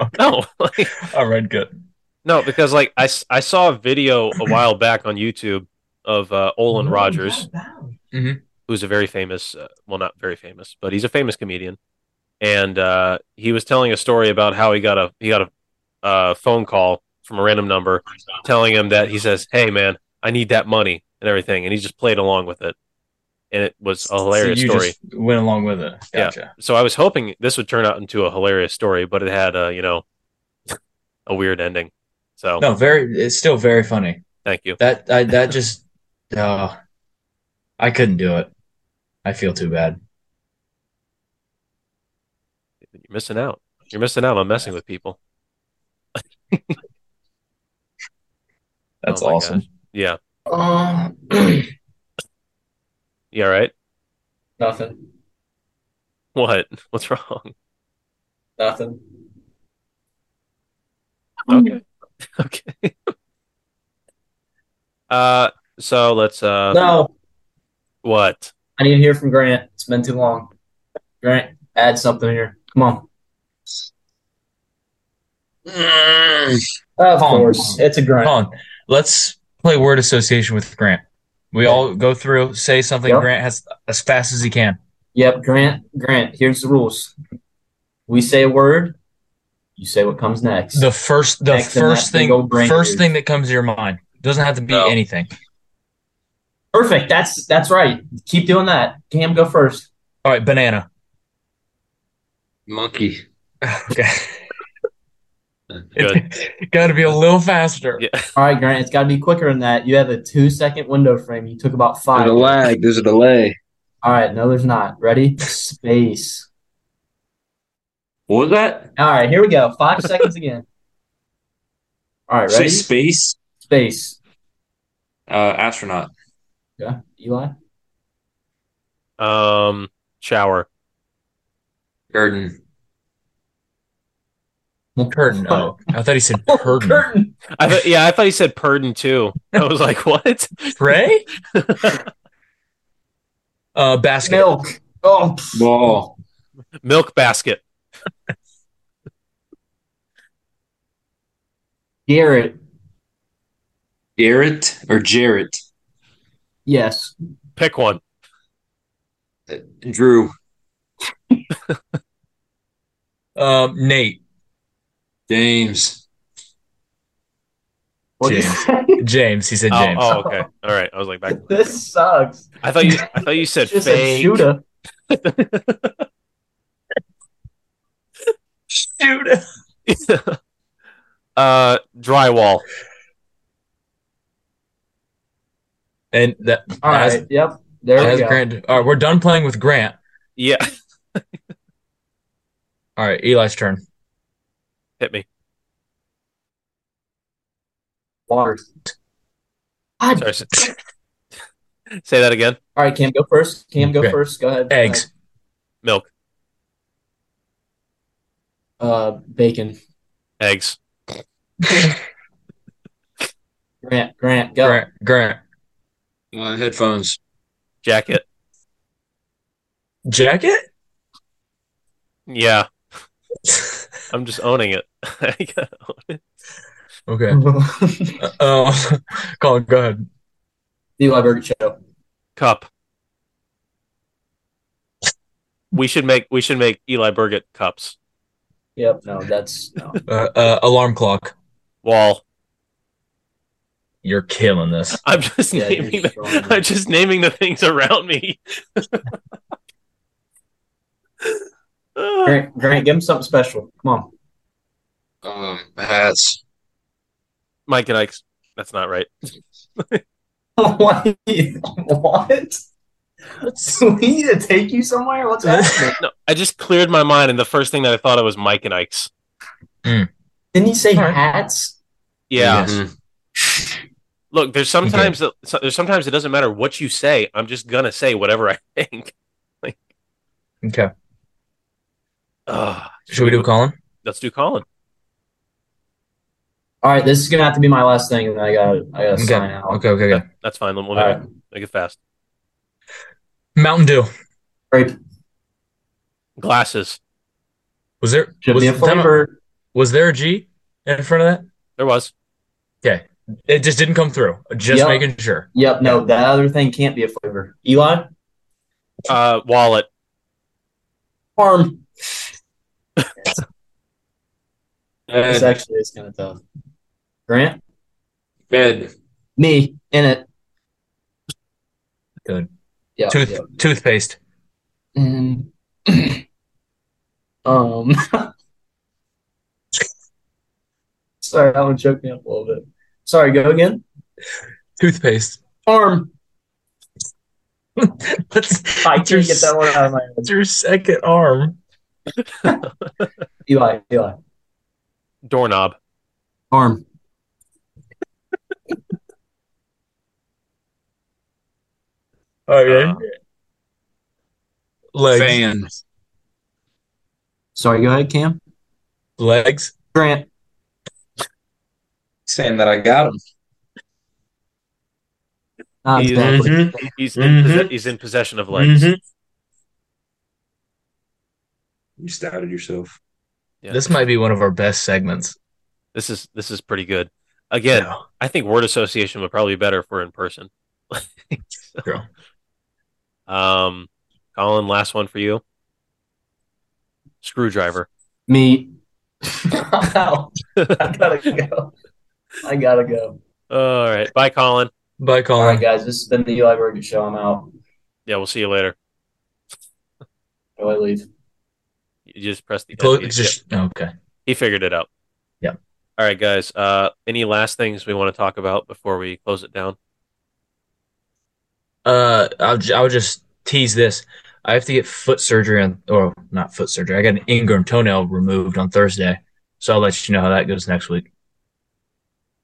Speaker 3: Okay.
Speaker 2: No. [laughs] Like,
Speaker 3: All right, good.
Speaker 2: no, because like I, s- I saw a video a while back on YouTube of uh,
Speaker 3: Oh,
Speaker 2: Olin Rogers, who's a very famous uh, well not very famous, but he's a famous comedian. And uh, he was telling a story about how he got a he got a uh, phone call from a random number telling him that he says, "Hey man, I need that money" and everything, and he just played along with it. And it was a hilarious
Speaker 3: so you
Speaker 2: story.
Speaker 3: Just went along with it.
Speaker 2: Yeah.
Speaker 3: Gotcha.
Speaker 2: so I was hoping this would turn out into a hilarious story, but it had uh, you know [laughs] a weird ending. So
Speaker 3: No, very. It's still very funny.
Speaker 2: thank you.
Speaker 3: That I that just. [laughs] Uh, I couldn't do it. I feel too bad.
Speaker 2: Oh You're missing out. You're missing out on messing with people.
Speaker 3: That's
Speaker 2: Oh my
Speaker 3: awesome.
Speaker 2: Yeah.
Speaker 4: Um, [clears throat]
Speaker 2: Yeah. Right.
Speaker 4: nothing,
Speaker 2: What? [laughs] What's wrong?
Speaker 4: nothing.
Speaker 2: Okay. [laughs] Okay. uh. So let's. Uh.
Speaker 4: No,
Speaker 2: What?
Speaker 4: I need to hear from Grant. It's been too long. Grant, add something here. Come on. Of
Speaker 3: Come on.
Speaker 4: course, it's a grunt.
Speaker 3: Hold on. Let's play word association with Grant. We all go through, say something
Speaker 4: Yep.
Speaker 3: Grant has as fast as he can.
Speaker 4: Yep, Grant. Grant. Here's the rules. We say a word. You say what comes next.
Speaker 3: The first the
Speaker 4: Next to
Speaker 3: first
Speaker 4: that
Speaker 3: thing
Speaker 4: big old brain
Speaker 3: first
Speaker 4: dude.
Speaker 3: thing that comes to your mind. Doesn't have to be
Speaker 6: No.
Speaker 3: anything.
Speaker 4: Perfect. That's that's right. Keep doing that. Cam, go first.
Speaker 3: All right, banana.
Speaker 7: Monkey.
Speaker 3: Okay.
Speaker 4: [laughs]
Speaker 2: Good.
Speaker 3: [laughs] Got to be a little faster.
Speaker 2: Yeah.
Speaker 4: All right, Grant. It's got to be quicker than that. You have a two-second window frame. You took about
Speaker 6: There's
Speaker 4: five.
Speaker 6: a lag. There's a delay.
Speaker 4: All right. No, there's not.
Speaker 6: [laughs]
Speaker 4: Ready? Space.
Speaker 6: What was that?
Speaker 4: All right. Here we go. Five [laughs] seconds again. All right.
Speaker 6: Say
Speaker 4: Ready?
Speaker 6: space.
Speaker 4: Space.
Speaker 6: Uh, astronaut.
Speaker 4: Yeah. Eli.
Speaker 2: Um. Shower.
Speaker 6: Garden.
Speaker 4: [laughs]
Speaker 3: Curtain. Oh, I thought he said curtain.
Speaker 4: Curtain.
Speaker 2: I thought. Yeah. I thought he said Purden too. I was like, [laughs] what?
Speaker 4: [laughs]
Speaker 3: Pray. uh, basket.
Speaker 4: Milk. Oh.
Speaker 6: Ball.
Speaker 2: Milk basket.
Speaker 4: Garrett.
Speaker 6: Garrett or Jarrett.
Speaker 4: Yes.
Speaker 2: Pick one.
Speaker 6: Drew.
Speaker 3: Um, Nate.
Speaker 6: James.
Speaker 4: What'd you
Speaker 3: James.
Speaker 4: say?
Speaker 3: James. He said
Speaker 2: Oh,
Speaker 3: James.
Speaker 2: oh, okay. All right. I was like back.
Speaker 4: [laughs] this sucks.
Speaker 2: I thought you. I thought you said
Speaker 4: Just
Speaker 2: fake.
Speaker 4: a shooter.
Speaker 3: Shoot.
Speaker 2: [laughs] uh, drywall.
Speaker 3: And that.
Speaker 4: All right.
Speaker 3: as-
Speaker 4: yep. There we
Speaker 3: as
Speaker 4: go.
Speaker 3: Grant. All right, we're done playing with Grant.
Speaker 2: Yeah, [laughs]
Speaker 3: All right, Eli's turn.
Speaker 2: hit me.
Speaker 4: Water. God.
Speaker 2: Sorry. [laughs] s- Say that again.
Speaker 4: All right, Cam, go first. Cam, go
Speaker 3: Okay.
Speaker 4: first. Go ahead.
Speaker 3: Eggs.
Speaker 2: Milk,
Speaker 4: Uh, bacon.
Speaker 2: eggs,
Speaker 4: Grant, Grant, go.
Speaker 6: Grant, Grant. Uh, headphones.
Speaker 2: Jacket.
Speaker 3: Jacket?
Speaker 4: [laughs]
Speaker 2: Yeah, I'm just owning it. [laughs]
Speaker 4: [laughs]
Speaker 3: okay. Uh, [laughs] Oh, Colin, go ahead.
Speaker 4: the Liburg Show.
Speaker 2: Cup. We should make we should make Eli Burgett cups.
Speaker 4: Yep. No, that's no.
Speaker 3: Uh, uh, alarm clock.
Speaker 2: Wall.
Speaker 3: You're killing this.
Speaker 2: I'm just
Speaker 4: Yeah, you're
Speaker 2: naming the,
Speaker 4: strong, man.
Speaker 2: I'm just naming the things around me.
Speaker 4: Grant, Grant, give him something special. Come on.
Speaker 6: Um, hats.
Speaker 2: [laughs] Mike and Ike's. That's not right.
Speaker 4: [laughs] what? what? So we need to take you somewhere? [laughs] What's happening?
Speaker 2: No, I just cleared my mind, and the first thing that I thought of was Mike and Ike's.
Speaker 4: Didn't you say
Speaker 3: Alright.
Speaker 4: hats?
Speaker 2: Yeah.
Speaker 6: Mhm.
Speaker 4: Mm-hmm.
Speaker 2: Look, there's sometimes that so- there's sometimes it doesn't matter what you say. I'm just gonna say whatever I think.
Speaker 3: Okay.
Speaker 2: Ugh.
Speaker 3: Should we do Colin?
Speaker 2: Let's do Colin.
Speaker 4: All right, this is gonna have to be my last thing, and I got I got to
Speaker 3: Okay.
Speaker 4: sign out.
Speaker 3: Okay, okay, okay.
Speaker 2: That's fine. We'll
Speaker 4: All
Speaker 2: we'll make,
Speaker 4: right.
Speaker 2: it, make it fast.
Speaker 3: Mountain Dew.
Speaker 4: Grape.
Speaker 2: Glasses.
Speaker 3: Was there
Speaker 4: Should
Speaker 3: was,
Speaker 4: be a
Speaker 3: time out.
Speaker 4: flavor.
Speaker 3: was there a G in front of
Speaker 2: There was.
Speaker 3: that? It just didn't come through. Just
Speaker 4: Yep.
Speaker 3: making sure.
Speaker 4: Yep. No, that other thing can't be a flavor. Eli,
Speaker 2: Uh, wallet.
Speaker 4: farm. This
Speaker 6: Bed.
Speaker 4: actually is kind of tough. Grant,
Speaker 6: Bed.
Speaker 4: me in it.
Speaker 3: Good.
Speaker 4: Yeah.
Speaker 3: Tooth
Speaker 4: yeah.
Speaker 3: toothpaste.
Speaker 4: And [clears throat] um, [laughs] sorry, that one choked me up a little bit. Sorry, go again.
Speaker 3: Toothpaste. [laughs]
Speaker 4: Farm.
Speaker 3: Let's
Speaker 4: I can't get that one out of my head.
Speaker 3: It's your second arm.
Speaker 4: Eli, Eli.
Speaker 2: Doorknob.
Speaker 4: Farm.
Speaker 3: Okay.
Speaker 2: Uh,
Speaker 3: legs.
Speaker 6: Fan.
Speaker 4: Sorry, go ahead, Cam.
Speaker 3: Legs.
Speaker 4: Grant.
Speaker 6: Saying that I got him.
Speaker 4: Not
Speaker 2: He's-
Speaker 4: exactly.
Speaker 2: He's
Speaker 3: Mm-hmm.
Speaker 2: in
Speaker 6: Mhm.
Speaker 2: posse- he's in possession of legs.
Speaker 6: You started yourself.
Speaker 2: Yeah.
Speaker 3: This might be one of our best segments.
Speaker 2: This is this is pretty good. Again,
Speaker 3: No.
Speaker 2: I think word association would probably be better if we're in person. [laughs]
Speaker 3: True.
Speaker 2: Um, Colin, last one for you. Screwdriver. [laughs]
Speaker 4: [laughs] Me. Ow. I gotta go. I gotta go.
Speaker 2: All right. Bye, Colin.
Speaker 3: Bye,
Speaker 4: All
Speaker 3: Colin.
Speaker 4: right, guys. This has been the Eli Burger Show. I'm out.
Speaker 2: Yeah, we'll see you later.
Speaker 4: Go I leave.
Speaker 2: You just press the.
Speaker 3: Close,
Speaker 2: yeah,
Speaker 3: just, Okay.
Speaker 2: he figured it out.
Speaker 3: Yeah.
Speaker 2: All right, guys. Uh, any last things we want to talk about before we close it down?
Speaker 3: Uh, I'll, ju- I'll just tease this. I have to get foot surgery on, or not foot surgery. I got an ingrown toenail removed on Thursday, so I'll let you know how that goes next week.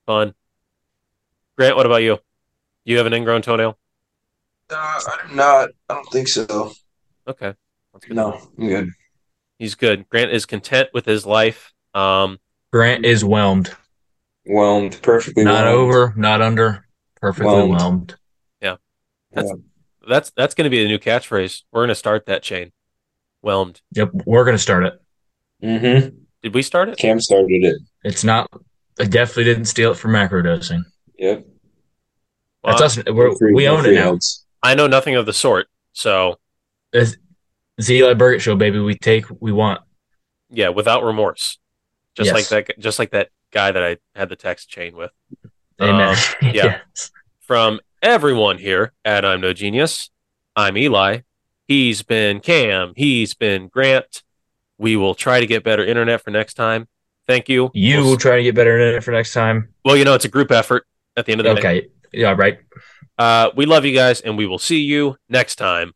Speaker 2: Fun. Grant, what about you? You have an ingrown toenail?
Speaker 6: Uh, I'm not. I don't think so.
Speaker 2: Okay. That's good.
Speaker 6: No, I'm good.
Speaker 2: He's good. Grant is content with his life. Um,
Speaker 3: Grant is whelmed.
Speaker 6: Whelmed. Perfectly.
Speaker 3: Not
Speaker 6: whelmed.
Speaker 3: over, not under, perfectly
Speaker 6: Whelmed.
Speaker 3: whelmed.
Speaker 2: that's that's going to be the new catchphrase. We're going to start that chain. Whelmed.
Speaker 3: Yep, we're gonna start it.
Speaker 6: Mm-hmm.
Speaker 2: Did we start it?
Speaker 6: Cam started it.
Speaker 3: It's not. I definitely didn't steal it from macrodosing.
Speaker 6: Yep.
Speaker 3: That's
Speaker 2: Well,
Speaker 3: us. We're,
Speaker 6: Free-
Speaker 3: we own it
Speaker 6: free
Speaker 3: now.
Speaker 6: ads.
Speaker 2: I know nothing of the sort. So
Speaker 3: It's, it's the Eli Burgett show, baby. We take, we want.
Speaker 2: yeah, without remorse, just
Speaker 3: Yes.
Speaker 2: like that. Just like that guy that I had the text chain with.
Speaker 3: Amen. [laughs]
Speaker 2: yeah. From everyone here at I'm No Genius, I'm Eli. He's been Cam. He's been Grant. We will try to get better internet for next time. Thank you.
Speaker 3: You
Speaker 2: We'll
Speaker 3: will
Speaker 2: s-
Speaker 3: try to get better at it for next time.
Speaker 2: well, you know, it's a group effort at the end of the day.
Speaker 3: Okay. Yeah. Right.
Speaker 2: Uh, we love you guys, and we will see you next time.